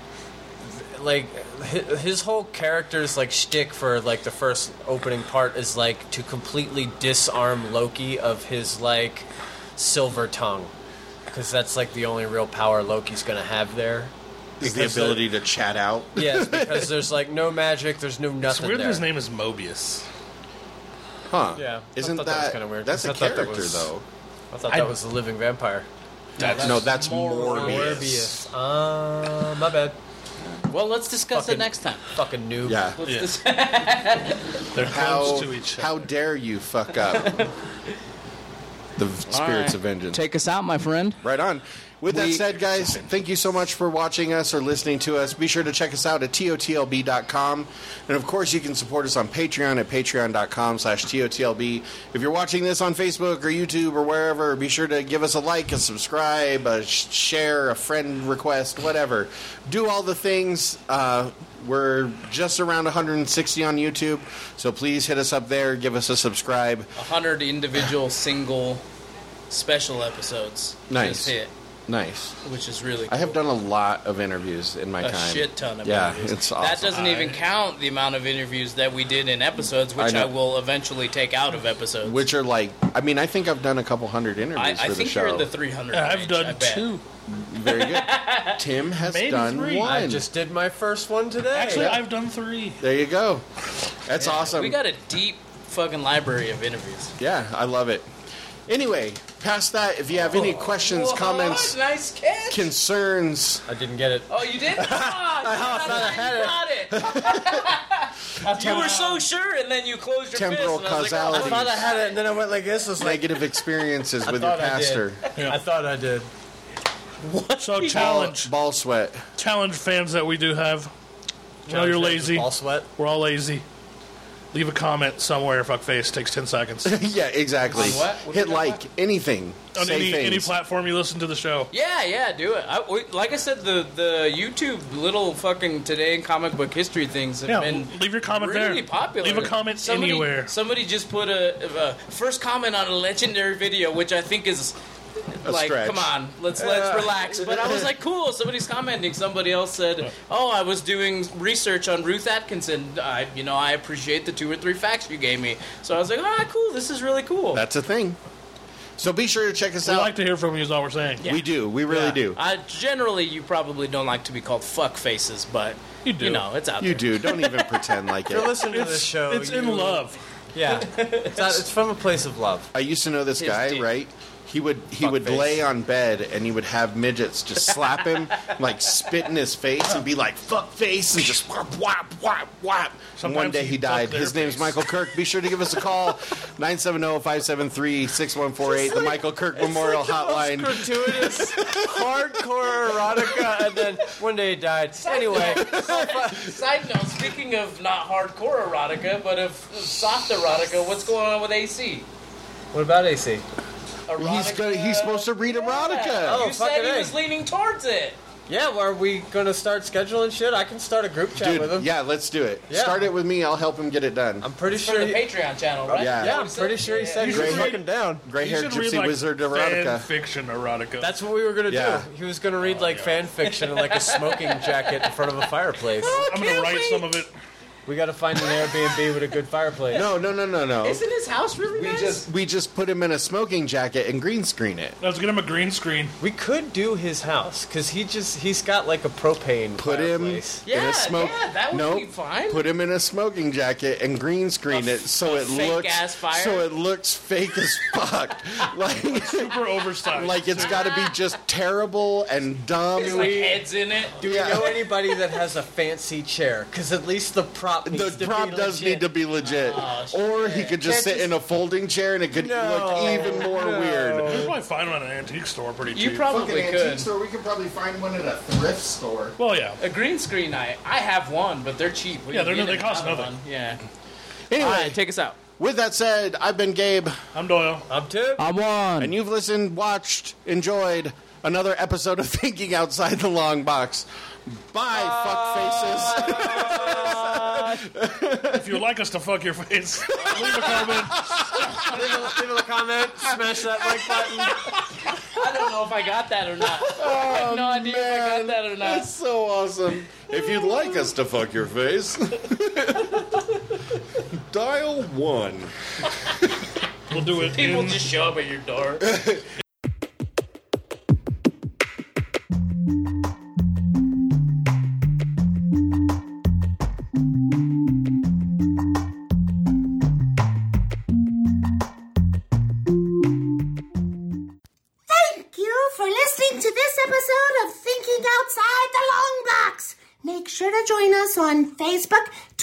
Speaker 4: like hi- his whole character's like shtick for like the first opening part is like to completely disarm Loki of his like silver tongue because that's like the only real power Loki's gonna have there.
Speaker 3: Is the ability to chat out. *laughs*
Speaker 4: Yes, because there's like no magic, there's no
Speaker 2: It's
Speaker 4: nothing.
Speaker 2: weird. that
Speaker 4: there.
Speaker 2: His name is Mobius.
Speaker 3: Huh.
Speaker 4: Yeah, I
Speaker 3: Isn't
Speaker 4: thought
Speaker 3: that,
Speaker 4: that was kinda weird,
Speaker 3: That's a
Speaker 4: 'cause I thought that
Speaker 3: character
Speaker 4: was-
Speaker 3: though.
Speaker 4: I thought
Speaker 2: I-
Speaker 4: that was the living vampire.
Speaker 2: That's,
Speaker 3: No, that's Morbius.
Speaker 4: Morbius. Uh, my bad.
Speaker 5: well, let's discuss
Speaker 4: Fucking-
Speaker 5: it next time.
Speaker 4: Fucking noob.
Speaker 3: Yeah.
Speaker 5: Let's
Speaker 2: *laughs* Yeah.
Speaker 5: dis-
Speaker 2: They're
Speaker 3: How
Speaker 2: close to each
Speaker 3: how
Speaker 2: other.
Speaker 3: dare you fuck *laughs* up the v- spirits
Speaker 5: right.
Speaker 3: of vengeance?
Speaker 5: Take us out, my friend.
Speaker 3: Right on. With that
Speaker 5: We-
Speaker 3: said, guys, thank you so much for watching us or listening to us. Be sure to check us out at totlb.com. And of course, you can support us on Patreon at patreon.com slash totlb. If you're watching this on Facebook or YouTube or wherever, be sure to give us a like, a subscribe, a sh- share, a friend request, whatever. Do all the things. Uh, we're just around 160 on YouTube, so please hit us up there. Give us a subscribe.
Speaker 5: A hundred individual single special episodes.
Speaker 3: Nice.
Speaker 5: Just hit,
Speaker 3: Nice.
Speaker 5: which is really.
Speaker 3: I
Speaker 5: Cool.
Speaker 3: have done a lot of interviews in my
Speaker 5: a
Speaker 3: time.
Speaker 5: shit ton of
Speaker 3: yeah,
Speaker 5: interviews.
Speaker 3: it's awesome.
Speaker 5: That doesn't even count the amount of interviews that we did in episodes, which
Speaker 3: I
Speaker 5: I,
Speaker 3: know.
Speaker 5: will eventually take out of episodes.
Speaker 3: which are like I mean I think I've done a couple hundred interviews
Speaker 5: I, I
Speaker 3: for the
Speaker 5: think
Speaker 3: show. *laughs*
Speaker 5: you're in the 300.
Speaker 2: I've
Speaker 5: range,
Speaker 2: done
Speaker 5: I bet.
Speaker 2: two.
Speaker 3: Very
Speaker 5: *laughs*
Speaker 3: good. Tim has
Speaker 2: Maybe
Speaker 3: done
Speaker 2: three.
Speaker 3: one.
Speaker 4: I just did my first one today.
Speaker 2: Actually,
Speaker 3: Yeah.
Speaker 2: I've done three.
Speaker 3: there you go. That's awesome.
Speaker 5: We got a deep fucking library of interviews.
Speaker 3: yeah, I love it. Anyway, past that, if you have any questions, comments,
Speaker 5: What? Nice catch. *laughs*
Speaker 3: concerns,
Speaker 4: I didn't get it.
Speaker 5: oh,
Speaker 3: *laughs*
Speaker 5: you did? I thought I
Speaker 3: *laughs*
Speaker 5: had it. you were so sure, and then you closed your
Speaker 3: Temporal
Speaker 5: fist. and I was like, oh,
Speaker 4: I
Speaker 3: causality.
Speaker 4: thought I had it, and then I went like this. It's like
Speaker 3: negative experiences with your
Speaker 4: thought I
Speaker 3: pastor,
Speaker 4: did. *laughs* I thought I did.
Speaker 2: So
Speaker 3: ball,
Speaker 2: challenge,
Speaker 3: ball sweat. *laughs*
Speaker 2: challenge fans that we do have. You know you're lazy.
Speaker 4: Ball sweat.
Speaker 2: We're all lazy. Leave a comment somewhere. Fuckface takes ten seconds on
Speaker 3: yeah, exactly.
Speaker 5: On what? What
Speaker 3: Hit
Speaker 5: did I-
Speaker 3: like anything. Say
Speaker 2: any
Speaker 3: things.
Speaker 2: any platform you listen to the show.
Speaker 5: Yeah, yeah, do it. I, we, like I said, the the YouTube little fucking today in comic book history things have
Speaker 2: Yeah,
Speaker 5: been
Speaker 2: leave your comment
Speaker 5: really
Speaker 2: there.
Speaker 5: popular.
Speaker 2: Leave a comment
Speaker 5: somebody,
Speaker 2: anywhere.
Speaker 5: Somebody just put a, a first comment on a legendary video, which I think is. like,
Speaker 3: stretch.
Speaker 5: come on, let's let's relax. But I was like, cool. Somebody's commenting. Somebody else said, "Oh, I was doing research on Ruth Atkinson. I, you know, I appreciate the two or three facts you gave me." So I was like, "Ah, cool. This is really cool."
Speaker 3: That's a thing. So be sure to check us
Speaker 2: We
Speaker 3: out.
Speaker 2: like to hear from you. Is all we're saying.
Speaker 5: Yeah.
Speaker 3: We do. We really
Speaker 5: Yeah.
Speaker 3: do.
Speaker 5: I generally you probably don't like to be called fuck faces, but
Speaker 2: You do.
Speaker 5: You know, it's out
Speaker 3: You
Speaker 5: there.
Speaker 3: do. Don't even pretend
Speaker 5: *laughs*
Speaker 3: like
Speaker 4: If you're
Speaker 3: it.
Speaker 4: listening to this
Speaker 2: It's,
Speaker 4: show,
Speaker 2: it's in
Speaker 4: you-
Speaker 2: love. *laughs*
Speaker 4: Yeah, it's, not, it's from a place of love.
Speaker 3: I used to know this guy,
Speaker 5: dick.
Speaker 3: right? He would he would
Speaker 4: Fuckface.
Speaker 3: lay on bed and he would have midgets just slap him, like spit in his face and be like fuck face and just whap whap whap whap. And one
Speaker 2: Sometimes
Speaker 3: day
Speaker 2: he'd
Speaker 3: he died.
Speaker 2: fuck their
Speaker 3: His name's
Speaker 2: face.
Speaker 3: Michael Kirk. Be sure to give us a call oh, 970-573-6148, the Michael Kirk Memorial Hotline.
Speaker 4: Gratuitous, hardcore erotica, and then one day it died. Anyway,
Speaker 5: Side note: Speaking of not hardcore erotica, but of soft erotica, what's going on with AC?
Speaker 4: what about AC?
Speaker 5: Erotica.
Speaker 3: He's gonna, he's supposed to read erotica.
Speaker 5: You
Speaker 4: Oh,
Speaker 5: said
Speaker 4: fucking
Speaker 5: he
Speaker 4: A.
Speaker 5: was leaning towards it.
Speaker 4: Yeah, well, are we gonna start scheduling shit? I can start a group chat with him.
Speaker 3: Dude, yeah, let's do it.
Speaker 4: Yeah.
Speaker 3: Start it with me. I'll help him get it done.
Speaker 4: I'm pretty
Speaker 5: For
Speaker 4: sure.
Speaker 5: the
Speaker 4: He,
Speaker 5: Patreon channel, right?
Speaker 3: Yeah.
Speaker 4: yeah, I'm pretty sure he
Speaker 5: Yeah,
Speaker 4: said
Speaker 5: yeah.
Speaker 2: You should
Speaker 4: he's
Speaker 2: read-
Speaker 4: fucking down.
Speaker 3: Gray haired
Speaker 2: You should read,
Speaker 3: gypsy
Speaker 2: like,
Speaker 3: wizard erotica.
Speaker 2: Fan fiction erotica.
Speaker 4: That's what we were gonna
Speaker 3: Yeah.
Speaker 4: do. He was gonna read like fan fiction in like a smoking jacket in front of a
Speaker 3: *laughs*
Speaker 4: fireplace.
Speaker 2: I'm gonna write some of it.
Speaker 4: We gotta find an Airbnb with a good fireplace.
Speaker 3: No, no, no, no, no.
Speaker 5: Isn't his house really nice?
Speaker 3: we just put him in a smoking jacket and green screen it.
Speaker 2: Let's get him a green screen.
Speaker 4: We could do his house because he just he's got like a propane
Speaker 3: Put him
Speaker 4: fireplace.
Speaker 3: in
Speaker 5: Yeah,
Speaker 3: a smoke.
Speaker 5: yeah, that would
Speaker 3: no,
Speaker 5: be fine.
Speaker 3: Put him in a smoking jacket and green screen
Speaker 5: A
Speaker 3: it
Speaker 5: f-
Speaker 3: so
Speaker 5: a
Speaker 3: it
Speaker 5: fake
Speaker 3: looks
Speaker 5: ass fire?
Speaker 3: so it looks fake as
Speaker 5: *laughs*
Speaker 3: fuck. like
Speaker 2: Super oversized.
Speaker 3: like it's got to be just terrible and dumb.
Speaker 5: His, like heads in it.
Speaker 4: Do
Speaker 3: Yeah.
Speaker 4: we know anybody that has a fancy chair? Because at least the prop needs
Speaker 3: the
Speaker 4: to
Speaker 3: prop
Speaker 4: be
Speaker 3: does
Speaker 4: legit.
Speaker 3: need to be legit,
Speaker 5: Oh,
Speaker 3: or he could just
Speaker 4: Can't
Speaker 3: sit in a folding chair and it could
Speaker 4: No.
Speaker 3: look even more weird.
Speaker 2: You probably find one at an antique store pretty cheap.
Speaker 5: You probably could.
Speaker 3: store. We could probably find one at a thrift store.
Speaker 2: well, yeah.
Speaker 5: A green screen, I I have one, but they're cheap. We
Speaker 2: Yeah,
Speaker 5: can
Speaker 2: they're- they
Speaker 5: get
Speaker 2: cost
Speaker 5: another
Speaker 2: nothing.
Speaker 5: one. Yeah.
Speaker 3: Anyway,
Speaker 5: All right, take us out.
Speaker 3: with that said, I've been Gabe,
Speaker 2: I'm Doyle.
Speaker 4: I'm too.
Speaker 5: I'm on.
Speaker 3: and you've listened, watched, enjoyed another episode of *laughs* Thinking Outside the Long Box. Bye, fuckfaces.
Speaker 2: If you'd like us to fuck your face, *laughs* leave a comment.
Speaker 4: leave, a, leave a comment. Smash that like button.
Speaker 5: I don't know if I got that or not. I have no idea if I got that or not.
Speaker 3: That's *laughs* so awesome. If you'd like us to fuck your face, *laughs* dial one.
Speaker 2: We'll do it.
Speaker 5: People
Speaker 2: in-
Speaker 5: just show up at your door.
Speaker 7: Thank you for listening to this episode of Thinking Outside the Long Box. Make sure to join us on Facebook,